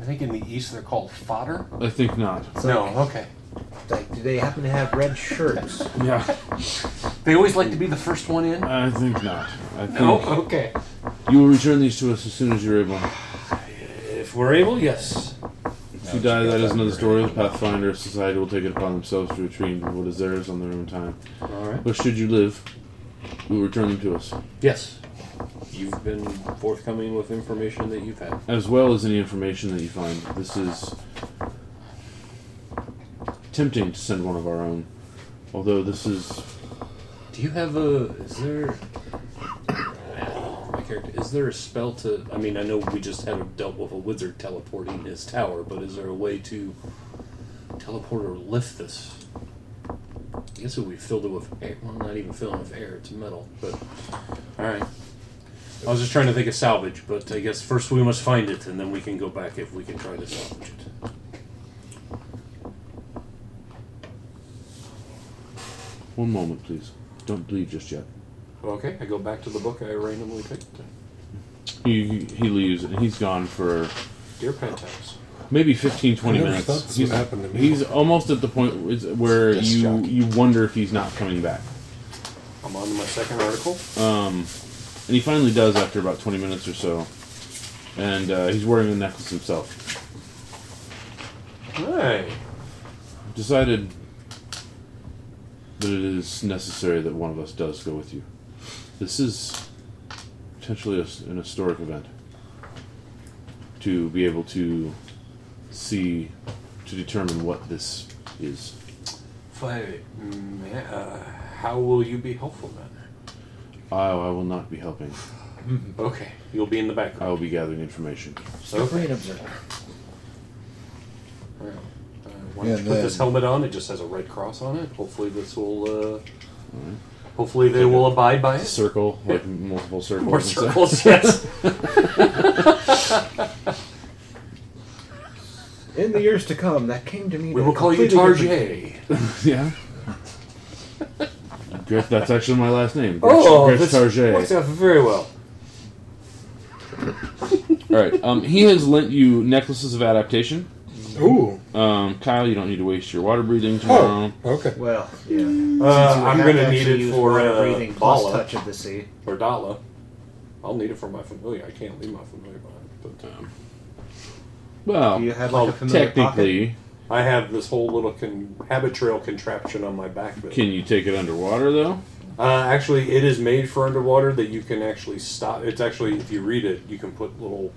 [SPEAKER 12] I think in the east they're called fodder.
[SPEAKER 9] I think not.
[SPEAKER 12] no, okay.
[SPEAKER 13] Like, do they happen to have red shirts?
[SPEAKER 9] Yeah.
[SPEAKER 12] They always like to be the first one in.
[SPEAKER 9] I think not. I think
[SPEAKER 12] No, Oh, okay.
[SPEAKER 9] You will return these to us as soon as you're able.
[SPEAKER 12] If we're able, yes.
[SPEAKER 9] If you die, that is another story. The Pathfinder Society will take it upon themselves to retrieve what is theirs on their own time.
[SPEAKER 12] Alright.
[SPEAKER 9] But should you live, you will return them to us,
[SPEAKER 12] Yes. You've been forthcoming with information that you've had.
[SPEAKER 9] as well as any information that you find. This is tempting to send one of our own, although this is
[SPEAKER 12] Do you have a? Is there? My character. Is there a spell to? I mean, I know we just had a, dealt with a wizard teleporting his tower, but is there a way to teleport or lift this? I guess if we filled it with air, well, not even filling it with air, it's metal. But all right. I was just trying to think of salvage, but I guess first we must find it, and then we can go back if we can try to salvage it.
[SPEAKER 9] one moment, please. Don't leave just yet.
[SPEAKER 12] Okay, I go back to the book I randomly picked.
[SPEAKER 9] He he leaves and he's gone for
[SPEAKER 12] Dear Penthouse.
[SPEAKER 9] maybe 15 20
[SPEAKER 12] I never thought
[SPEAKER 9] minutes
[SPEAKER 12] this
[SPEAKER 9] he's,
[SPEAKER 12] would happen to me.
[SPEAKER 9] he's almost at the point where- where you you wonder if he's not coming back
[SPEAKER 12] I'm on to my second article.
[SPEAKER 9] um, and he finally does after about 20 minutes or so and uh, he's wearing the necklace himself
[SPEAKER 12] Hey.
[SPEAKER 9] decided that it is necessary that one of us does go with you this is potentially a s an historic event to be able to see to determine what this is
[SPEAKER 12] Five. Mm, yeah, uh, how will you be helpful then?
[SPEAKER 9] I, I will not be helping.
[SPEAKER 12] Okay, you'll be in the background.
[SPEAKER 13] Oh.
[SPEAKER 9] I will be gathering information.
[SPEAKER 12] So
[SPEAKER 13] Green observer.
[SPEAKER 12] Well, uh, why don't
[SPEAKER 4] And
[SPEAKER 12] you put
[SPEAKER 4] then-
[SPEAKER 12] this helmet on? It just has a red cross on it. Hopefully, this will. Uh,
[SPEAKER 13] Mm-hmm.
[SPEAKER 12] Hopefully, they will abide by it.
[SPEAKER 9] Circle, like multiple circles.
[SPEAKER 12] More
[SPEAKER 9] and stuff.
[SPEAKER 12] circles, yes.
[SPEAKER 13] In the years to come, that came to me.
[SPEAKER 12] We
[SPEAKER 13] in a
[SPEAKER 12] will call you
[SPEAKER 13] completely different-
[SPEAKER 9] yeah. Gretch- that's actually my last name. Gretch,
[SPEAKER 12] oh,
[SPEAKER 9] Gretch
[SPEAKER 12] this
[SPEAKER 9] Target.
[SPEAKER 12] works out very well.
[SPEAKER 9] All right. Um, he has lent you necklaces of adaptation.
[SPEAKER 10] Ooh. Oh,
[SPEAKER 9] Um, Kyle, you don't need to waste your water
[SPEAKER 12] Oh.
[SPEAKER 9] breathing tomorrow.
[SPEAKER 10] Okay.
[SPEAKER 13] Well, yeah.
[SPEAKER 12] Uh,
[SPEAKER 13] Since you
[SPEAKER 12] I'm
[SPEAKER 13] have
[SPEAKER 12] going
[SPEAKER 13] to
[SPEAKER 12] to need
[SPEAKER 13] actually
[SPEAKER 12] it
[SPEAKER 13] use
[SPEAKER 12] for
[SPEAKER 13] water
[SPEAKER 12] uh,
[SPEAKER 13] breathing plus
[SPEAKER 12] Bala.
[SPEAKER 13] touch of the sea.
[SPEAKER 12] Or Dala. I'll need it for my familiar. I can't leave my familiar behind.
[SPEAKER 9] uh,
[SPEAKER 12] But,
[SPEAKER 9] Well,
[SPEAKER 12] I'll-
[SPEAKER 9] technically,
[SPEAKER 12] I have this whole little con- habit trail contraption on my back. That,
[SPEAKER 9] can you take it underwater though?
[SPEAKER 12] uh, actually, it is made for underwater that you can actually stop. It's actually, if you read it, you can put little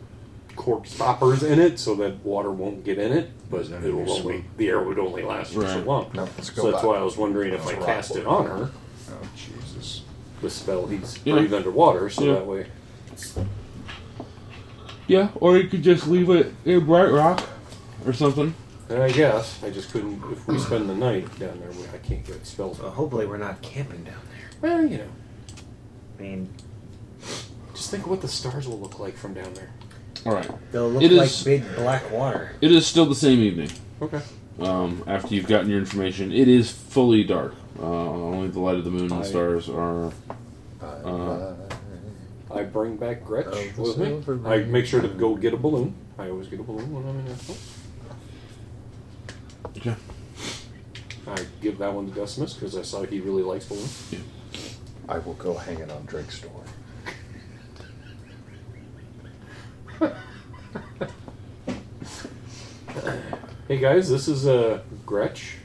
[SPEAKER 12] cork stoppers in it so that water won't get in it, but
[SPEAKER 11] Isn't it
[SPEAKER 12] it will only,
[SPEAKER 11] sweet?
[SPEAKER 12] the air would only last for so
[SPEAKER 11] Right.
[SPEAKER 12] long.
[SPEAKER 11] No, let's go
[SPEAKER 12] so that's
[SPEAKER 11] back.
[SPEAKER 12] why I was wondering if I
[SPEAKER 11] Let's
[SPEAKER 12] cast
[SPEAKER 11] rock
[SPEAKER 12] it on her.
[SPEAKER 11] Oh, Jesus.
[SPEAKER 12] The spell he's
[SPEAKER 9] Yeah.
[SPEAKER 12] breathed underwater, so
[SPEAKER 9] Yeah.
[SPEAKER 12] that way.
[SPEAKER 9] Yeah, or you could just leave it in Bright Rock or something.
[SPEAKER 12] And I guess I just couldn't. If we spend the night down there, we, I can't get spells.
[SPEAKER 11] Oh.
[SPEAKER 13] hopefully, we're not camping down there.
[SPEAKER 12] Well, you know,
[SPEAKER 13] I mean,
[SPEAKER 12] just think of what the stars will look like from down there.
[SPEAKER 9] All right.
[SPEAKER 13] they'll look
[SPEAKER 9] It
[SPEAKER 13] like
[SPEAKER 9] is-
[SPEAKER 13] big black water.
[SPEAKER 9] It is still the same evening.
[SPEAKER 12] Okay.
[SPEAKER 9] Um, after you've gotten your information, it is fully dark. Uh, only the light of the moon
[SPEAKER 12] I-
[SPEAKER 9] and stars are. Uh,
[SPEAKER 12] I bring back Gretch
[SPEAKER 11] Of the
[SPEAKER 12] with me.
[SPEAKER 11] silver
[SPEAKER 12] I make sure to go get a balloon. I always get a balloon when I'm in Nashville.
[SPEAKER 9] Okay.
[SPEAKER 12] I give that one to Decimus because I saw he really likes balloons.
[SPEAKER 11] I will go hang it on Drake's door.
[SPEAKER 12] Hey guys, this is uh, Gretch.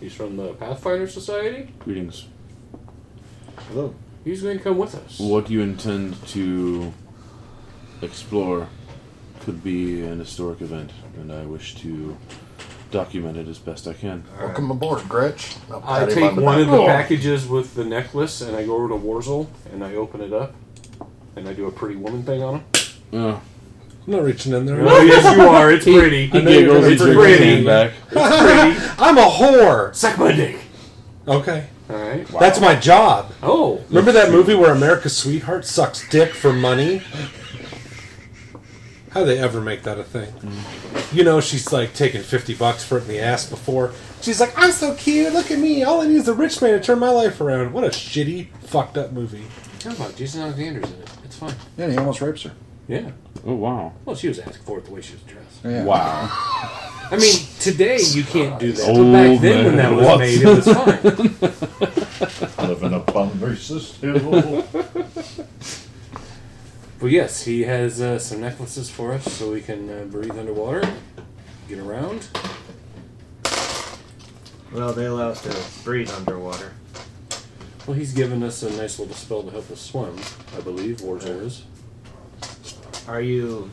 [SPEAKER 12] He's from the Pathfinder Society.
[SPEAKER 9] greetings.
[SPEAKER 13] Hello.
[SPEAKER 12] He's going to come with us.
[SPEAKER 9] What you intend to explore could be an historic event, and I wish to document it as best I can.
[SPEAKER 11] Welcome aboard, Gretch. I'll
[SPEAKER 12] I
[SPEAKER 11] pat him
[SPEAKER 12] take
[SPEAKER 11] on the
[SPEAKER 12] one
[SPEAKER 11] back.
[SPEAKER 12] of the
[SPEAKER 11] Oh.
[SPEAKER 12] packages with the necklace and I go over to Warzel and I open it up and I do a pretty woman thing on him.
[SPEAKER 9] Oh.
[SPEAKER 10] I'm not reaching in there.
[SPEAKER 12] Oh, yes, you are. It's pretty.
[SPEAKER 10] I know you're
[SPEAKER 12] giggles
[SPEAKER 10] gonna
[SPEAKER 12] and
[SPEAKER 10] bring
[SPEAKER 12] jerks
[SPEAKER 10] it
[SPEAKER 12] his
[SPEAKER 10] in.
[SPEAKER 9] hand
[SPEAKER 10] I'm a whore.
[SPEAKER 12] Suck my dick.
[SPEAKER 10] Okay.
[SPEAKER 12] All right.
[SPEAKER 10] That's my job.
[SPEAKER 12] Oh.
[SPEAKER 10] Remember that movie where America's Sweetheart sucks dick for money? How they ever make that a thing?
[SPEAKER 9] Mm.
[SPEAKER 10] You know, she's like taking 50 bucks for it in the ass before. She's like, I'm so cute, look at me. All I need is a rich man to turn my life around. What a shitty, fucked up movie.
[SPEAKER 12] Talk about Jason Alexander's in it. It's fine.
[SPEAKER 4] Yeah, he almost rapes her.
[SPEAKER 12] Yeah.
[SPEAKER 9] Oh wow.
[SPEAKER 12] Well, she was asking for it the way she was dressed.
[SPEAKER 4] Yeah.
[SPEAKER 9] Wow.
[SPEAKER 12] I mean, today you can't do that.
[SPEAKER 9] Oh,
[SPEAKER 12] but back then when
[SPEAKER 9] man,
[SPEAKER 12] that was
[SPEAKER 9] what?
[SPEAKER 12] made, it was fine.
[SPEAKER 11] Living up on racist hill.
[SPEAKER 12] But yes, he has uh, some necklaces for us so we can uh, breathe underwater, get around.
[SPEAKER 13] Well, they allow us to breathe underwater.
[SPEAKER 12] Well, he's given us a nice little spell to help us swim, I believe. Warzel is.
[SPEAKER 13] Are you?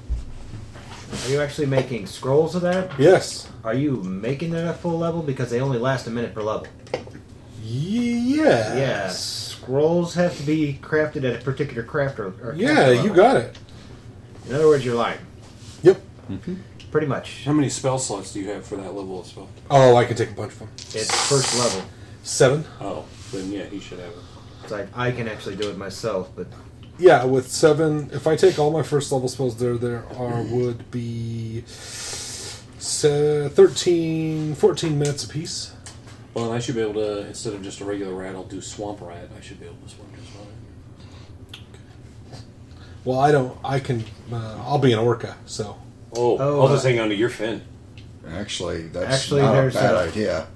[SPEAKER 13] Are you actually making scrolls of that?
[SPEAKER 10] Yes.
[SPEAKER 13] Are you making it at full level because they only last a minute per level?
[SPEAKER 10] Yeah.
[SPEAKER 13] Yeah. Scrolls have to be crafted at a particular craft or. or
[SPEAKER 10] Yeah, you got it.
[SPEAKER 13] In other words, you're lying.
[SPEAKER 10] Yep.
[SPEAKER 13] Pretty much.
[SPEAKER 12] How many spell slots do you have for that level of spell?
[SPEAKER 10] Oh, I can take a bunch of them.
[SPEAKER 13] It's first level.
[SPEAKER 10] Seven?
[SPEAKER 12] Oh, then yeah, he should have it.
[SPEAKER 13] It's like I can actually do it myself, but
[SPEAKER 10] Yeah, with seven. If I take all my first level spells, there there are would be se- 13, 14 minutes apiece.
[SPEAKER 12] Well, and I should be able to, instead of just a regular rat, I'll do swamp rat. I should be able to swim just fine.
[SPEAKER 10] Well, I don't. I can. Uh, I'll be an orca, so
[SPEAKER 12] Oh,
[SPEAKER 13] Oh,
[SPEAKER 12] I'll just
[SPEAKER 13] uh,
[SPEAKER 12] hang on to your fin.
[SPEAKER 4] Actually, that's
[SPEAKER 13] Actually,
[SPEAKER 4] not a
[SPEAKER 13] there's
[SPEAKER 4] bad
[SPEAKER 13] a-
[SPEAKER 4] idea.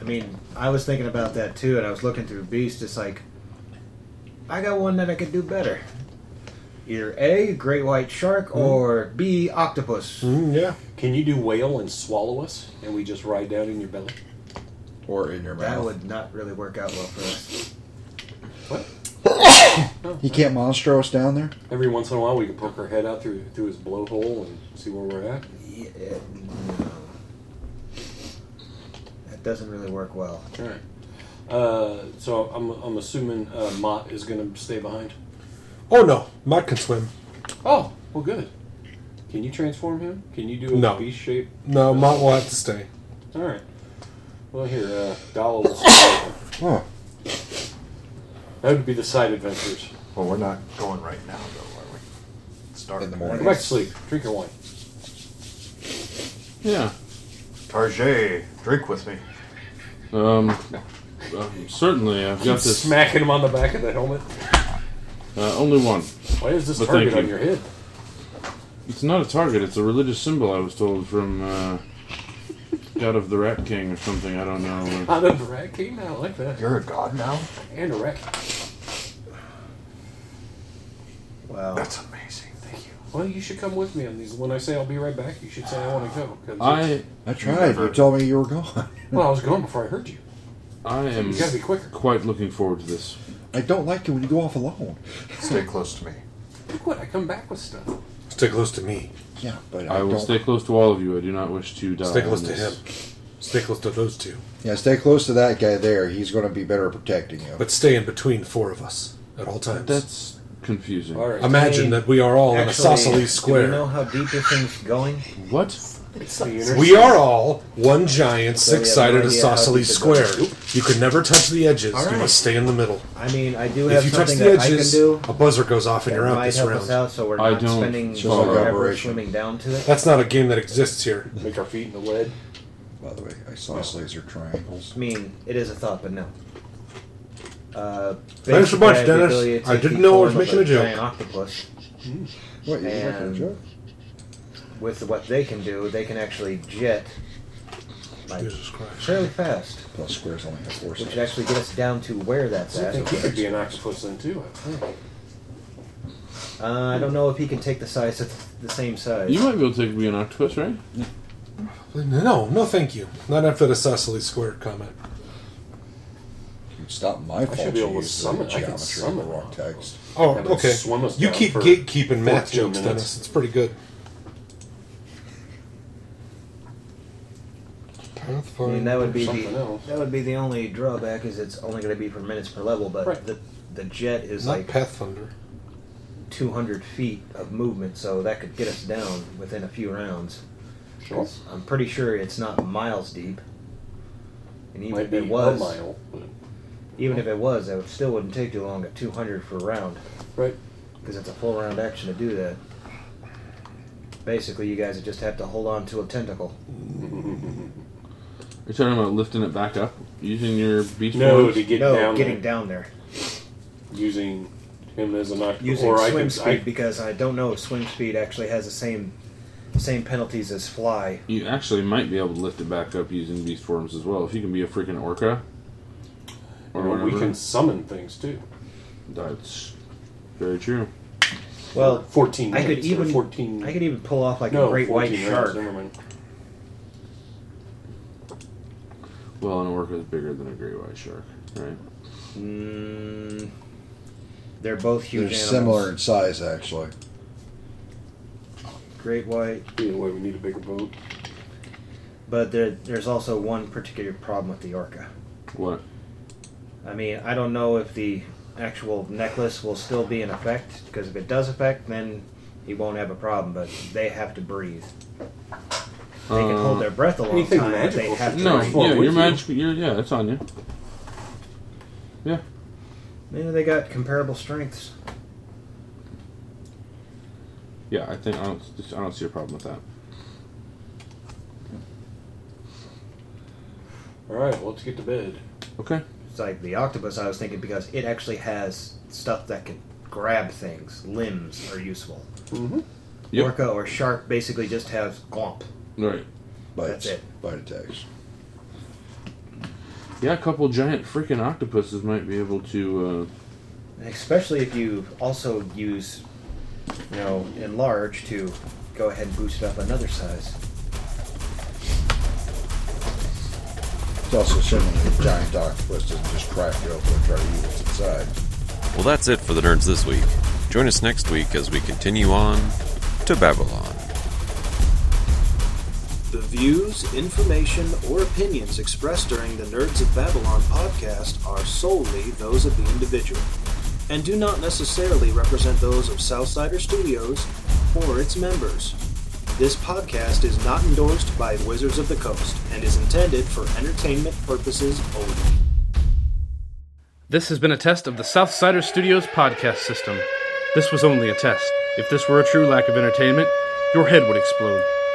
[SPEAKER 13] I mean, I was thinking about that too, and I was looking through beasts. It's like I got one that I could do better. Either A, great white shark,
[SPEAKER 10] Hmm.
[SPEAKER 13] or B, octopus.
[SPEAKER 10] yeah.
[SPEAKER 12] Can you do whale and swallow us, and we just ride down in your belly?
[SPEAKER 4] Or in your
[SPEAKER 13] That
[SPEAKER 4] mouth.
[SPEAKER 13] would not really work out well for us.
[SPEAKER 4] He can't monstro us down there?
[SPEAKER 12] Every once in a while, we can poke our head out through through his blowhole and see where we're at.
[SPEAKER 13] Yeah, no. That doesn't really work well.
[SPEAKER 12] All right. Uh, so I'm, I'm assuming uh, Mott is going to stay behind.
[SPEAKER 10] Oh no, Mutt can swim.
[SPEAKER 12] Oh, well, good. Can you transform him? Can you do a
[SPEAKER 10] No.
[SPEAKER 12] beast shape?
[SPEAKER 10] No, Mutt will have to stay.
[SPEAKER 12] All right. Well, here, uh, Dala will stay.
[SPEAKER 10] Oh.
[SPEAKER 12] That would be the side adventures.
[SPEAKER 11] Well, we're not going right now, though, are we? Start in the
[SPEAKER 12] Go back to sleep. Drink your wine.
[SPEAKER 9] Yeah.
[SPEAKER 11] Tarjay, drink with me.
[SPEAKER 9] Um, um, certainly, I've got this.
[SPEAKER 12] Smacking him on the back of the helmet.
[SPEAKER 9] Uh, only one.
[SPEAKER 12] Why is this
[SPEAKER 9] But
[SPEAKER 12] target
[SPEAKER 9] thank
[SPEAKER 12] on
[SPEAKER 9] you.
[SPEAKER 12] your head?
[SPEAKER 9] It's not a target. It's a religious symbol. I was told from uh, God of the Rat King or something. I don't know.
[SPEAKER 12] Out of the rat king? I like that.
[SPEAKER 11] You're a god now?
[SPEAKER 12] And a rat.
[SPEAKER 13] Wow.
[SPEAKER 11] That's amazing. Thank you.
[SPEAKER 12] Well, you should come with me on these. When I say I'll be right back, you should say I want to go. 'cause it's-
[SPEAKER 4] I tried. You told me you were gone.
[SPEAKER 12] Well, I was gone before I heard you.
[SPEAKER 9] I am
[SPEAKER 12] You gotta be quicker.
[SPEAKER 9] quite looking forward to this.
[SPEAKER 4] I don't like it when you go off alone.
[SPEAKER 11] Stay close to me.
[SPEAKER 12] Look what I come back with stuff.
[SPEAKER 10] Stay close to me.
[SPEAKER 4] Yeah, but
[SPEAKER 9] I, will
[SPEAKER 4] don't-
[SPEAKER 9] stay close to all of you. I do not wish to die.
[SPEAKER 10] Stay close
[SPEAKER 9] on
[SPEAKER 10] to him.
[SPEAKER 9] this.
[SPEAKER 10] Stay close to those two.
[SPEAKER 4] Yeah, stay close to that guy there. He's going to be better at protecting you.
[SPEAKER 10] But stay in between four of us at all times.
[SPEAKER 9] That's confusing.
[SPEAKER 10] Imagine that we are all in
[SPEAKER 13] Actually,
[SPEAKER 10] isosceles square.
[SPEAKER 13] Do we know how deep this thing's going?
[SPEAKER 9] What?
[SPEAKER 13] It's the
[SPEAKER 10] We are all one giant,
[SPEAKER 13] So we have no
[SPEAKER 10] six-sided
[SPEAKER 13] idea how
[SPEAKER 10] isosceles
[SPEAKER 13] deep it goes.
[SPEAKER 10] square. You can never touch the edges.
[SPEAKER 13] All
[SPEAKER 10] You
[SPEAKER 13] right.
[SPEAKER 10] must stay in the middle.
[SPEAKER 13] I mean, I do
[SPEAKER 10] If
[SPEAKER 13] have
[SPEAKER 10] you touch
[SPEAKER 13] something
[SPEAKER 10] the
[SPEAKER 13] that
[SPEAKER 10] edges,
[SPEAKER 13] I can do.
[SPEAKER 10] a buzzer goes off and
[SPEAKER 13] that
[SPEAKER 10] you're out
[SPEAKER 13] might
[SPEAKER 10] this
[SPEAKER 13] help
[SPEAKER 10] round.
[SPEAKER 13] us out, so we're
[SPEAKER 10] I
[SPEAKER 13] not
[SPEAKER 10] don't-
[SPEAKER 13] spending
[SPEAKER 10] Just like
[SPEAKER 13] forever
[SPEAKER 10] operation.
[SPEAKER 13] swimming down to it.
[SPEAKER 10] That's not a game that exists here.
[SPEAKER 12] Make our feet in the lead.
[SPEAKER 4] By the way, isosceles are triangles.
[SPEAKER 13] I mean, it is a thought, but no. Uh,
[SPEAKER 10] Thanks a
[SPEAKER 13] basically,
[SPEAKER 10] bunch,
[SPEAKER 13] I have the
[SPEAKER 10] Dennis.
[SPEAKER 13] ability to
[SPEAKER 10] I
[SPEAKER 13] take
[SPEAKER 10] didn't
[SPEAKER 13] the
[SPEAKER 10] know I was
[SPEAKER 13] form of
[SPEAKER 10] making a joke.
[SPEAKER 13] Giant octopus.
[SPEAKER 4] What, you were making a
[SPEAKER 13] And
[SPEAKER 4] joke?
[SPEAKER 13] With what they can do, they can actually jet like fairly fast,
[SPEAKER 4] Plus squares only have four
[SPEAKER 13] which
[SPEAKER 4] sides.
[SPEAKER 13] would actually get us down to where that's
[SPEAKER 12] I
[SPEAKER 13] at.
[SPEAKER 12] think you could be an octopus then too. I think.
[SPEAKER 13] Uh, I don't know if he can take the size of the same size.
[SPEAKER 9] You might be able to take me an octopus, right?
[SPEAKER 10] No, no, thank you. Not after the isosceles square comment.
[SPEAKER 4] It's not my
[SPEAKER 10] I
[SPEAKER 4] fault.
[SPEAKER 10] should be
[SPEAKER 4] you
[SPEAKER 10] able to
[SPEAKER 4] used the
[SPEAKER 10] summon- I can
[SPEAKER 4] geometry of
[SPEAKER 10] summon
[SPEAKER 4] the wrong text.
[SPEAKER 10] Oh,
[SPEAKER 12] That would
[SPEAKER 10] okay.
[SPEAKER 12] swim us
[SPEAKER 10] You
[SPEAKER 12] down
[SPEAKER 10] keep
[SPEAKER 12] for
[SPEAKER 10] gatekeeping math
[SPEAKER 12] 14
[SPEAKER 10] jokes,
[SPEAKER 12] minutes.
[SPEAKER 10] Dennis. It's pretty good.
[SPEAKER 13] I mean, that would be the
[SPEAKER 12] Something else.
[SPEAKER 13] that would be the only drawback is it's only going to be for minutes per level, but the the jet is
[SPEAKER 10] Not
[SPEAKER 13] like
[SPEAKER 10] Pathfinder.
[SPEAKER 13] 200 feet of movement, so that could get us down within a few rounds.
[SPEAKER 12] Sure.
[SPEAKER 13] I'm pretty sure it's not miles deep, and even
[SPEAKER 12] Might
[SPEAKER 13] if
[SPEAKER 12] be
[SPEAKER 13] it was,
[SPEAKER 12] a mile. But
[SPEAKER 13] even if it was, that would still wouldn't take too long at 200 for a round.
[SPEAKER 12] Right.
[SPEAKER 13] Because it's a full round action to do that. Basically, you guys would just have to hold on to a tentacle.
[SPEAKER 9] You're talking about lifting it back up using your beast
[SPEAKER 12] No,
[SPEAKER 9] boards?
[SPEAKER 12] to get
[SPEAKER 13] no,
[SPEAKER 12] down
[SPEAKER 13] getting
[SPEAKER 12] there.
[SPEAKER 13] down there.
[SPEAKER 12] using him as an octopus,
[SPEAKER 13] using
[SPEAKER 12] or I
[SPEAKER 13] swim
[SPEAKER 12] can,
[SPEAKER 13] speed because I don't know if swim speed actually has the same same penalties as fly.
[SPEAKER 9] You actually might be able to lift it back up using beast forms as well. If you can be a freaking orca,
[SPEAKER 12] I, or we can summon things too.
[SPEAKER 9] That's very true.
[SPEAKER 13] Well,
[SPEAKER 12] 14
[SPEAKER 13] I could
[SPEAKER 12] minutes, or
[SPEAKER 13] even
[SPEAKER 12] 14
[SPEAKER 13] I could even pull off like
[SPEAKER 12] no,
[SPEAKER 13] a great white
[SPEAKER 12] 14
[SPEAKER 13] shark.
[SPEAKER 12] rounds, Never mind.
[SPEAKER 9] Well, an orca is bigger than a great white shark, right?
[SPEAKER 13] Mm, they're both
[SPEAKER 4] They're
[SPEAKER 13] huge animals.
[SPEAKER 4] similar in size, actually.
[SPEAKER 13] Great white,
[SPEAKER 12] Either way, we need a bigger boat.
[SPEAKER 13] but there, there's also one particular problem with the orca.
[SPEAKER 9] What?
[SPEAKER 13] I mean, I don't know if the actual necklace will still be in effect because if it does affect, then he won't have a problem. But they have to breathe. They can hold their breath a long
[SPEAKER 12] Anything
[SPEAKER 13] time, but they
[SPEAKER 12] magical
[SPEAKER 13] have to.
[SPEAKER 9] Uh, Um, No,
[SPEAKER 13] breathe.
[SPEAKER 9] yeah,
[SPEAKER 12] with
[SPEAKER 9] your
[SPEAKER 12] you.
[SPEAKER 9] magic, your, yeah, it's on you.
[SPEAKER 13] Yeah, they got comparable strengths.
[SPEAKER 9] Yeah, I think I don't, I don't see a problem with that.
[SPEAKER 12] All right, well, let's get to bed.
[SPEAKER 9] Okay.
[SPEAKER 13] It's like the octopus I was thinking because it actually has stuff that can grab things. Limbs are useful.
[SPEAKER 12] Mm-hmm.
[SPEAKER 9] Yep.
[SPEAKER 13] Orca or shark basically just has glomp.
[SPEAKER 9] Right.
[SPEAKER 13] That's
[SPEAKER 4] Bites.
[SPEAKER 13] it.
[SPEAKER 4] Bite attacks.
[SPEAKER 9] Yeah, a couple giant freaking octopuses might be able to. uh,
[SPEAKER 13] Especially if you also use, you know, enlarge to go ahead and boost it up another size.
[SPEAKER 4] It's also assuming the giant octopus doesn't just crack you open and try to eat what's inside.
[SPEAKER 19] Well, that's it for the nerds this week. Join us next week as we continue on to Babylon.
[SPEAKER 20] The views, information, or opinions expressed during the Nerds of Babylon podcast are solely those of the individual and do not necessarily represent those of Southsider Studios or its members. This podcast is not endorsed by Wizards of the Coast and is intended for entertainment purposes only.
[SPEAKER 21] This has been a test of the Southsider Studios podcast system. This was only a test. If this were a true lack of entertainment, your head would explode.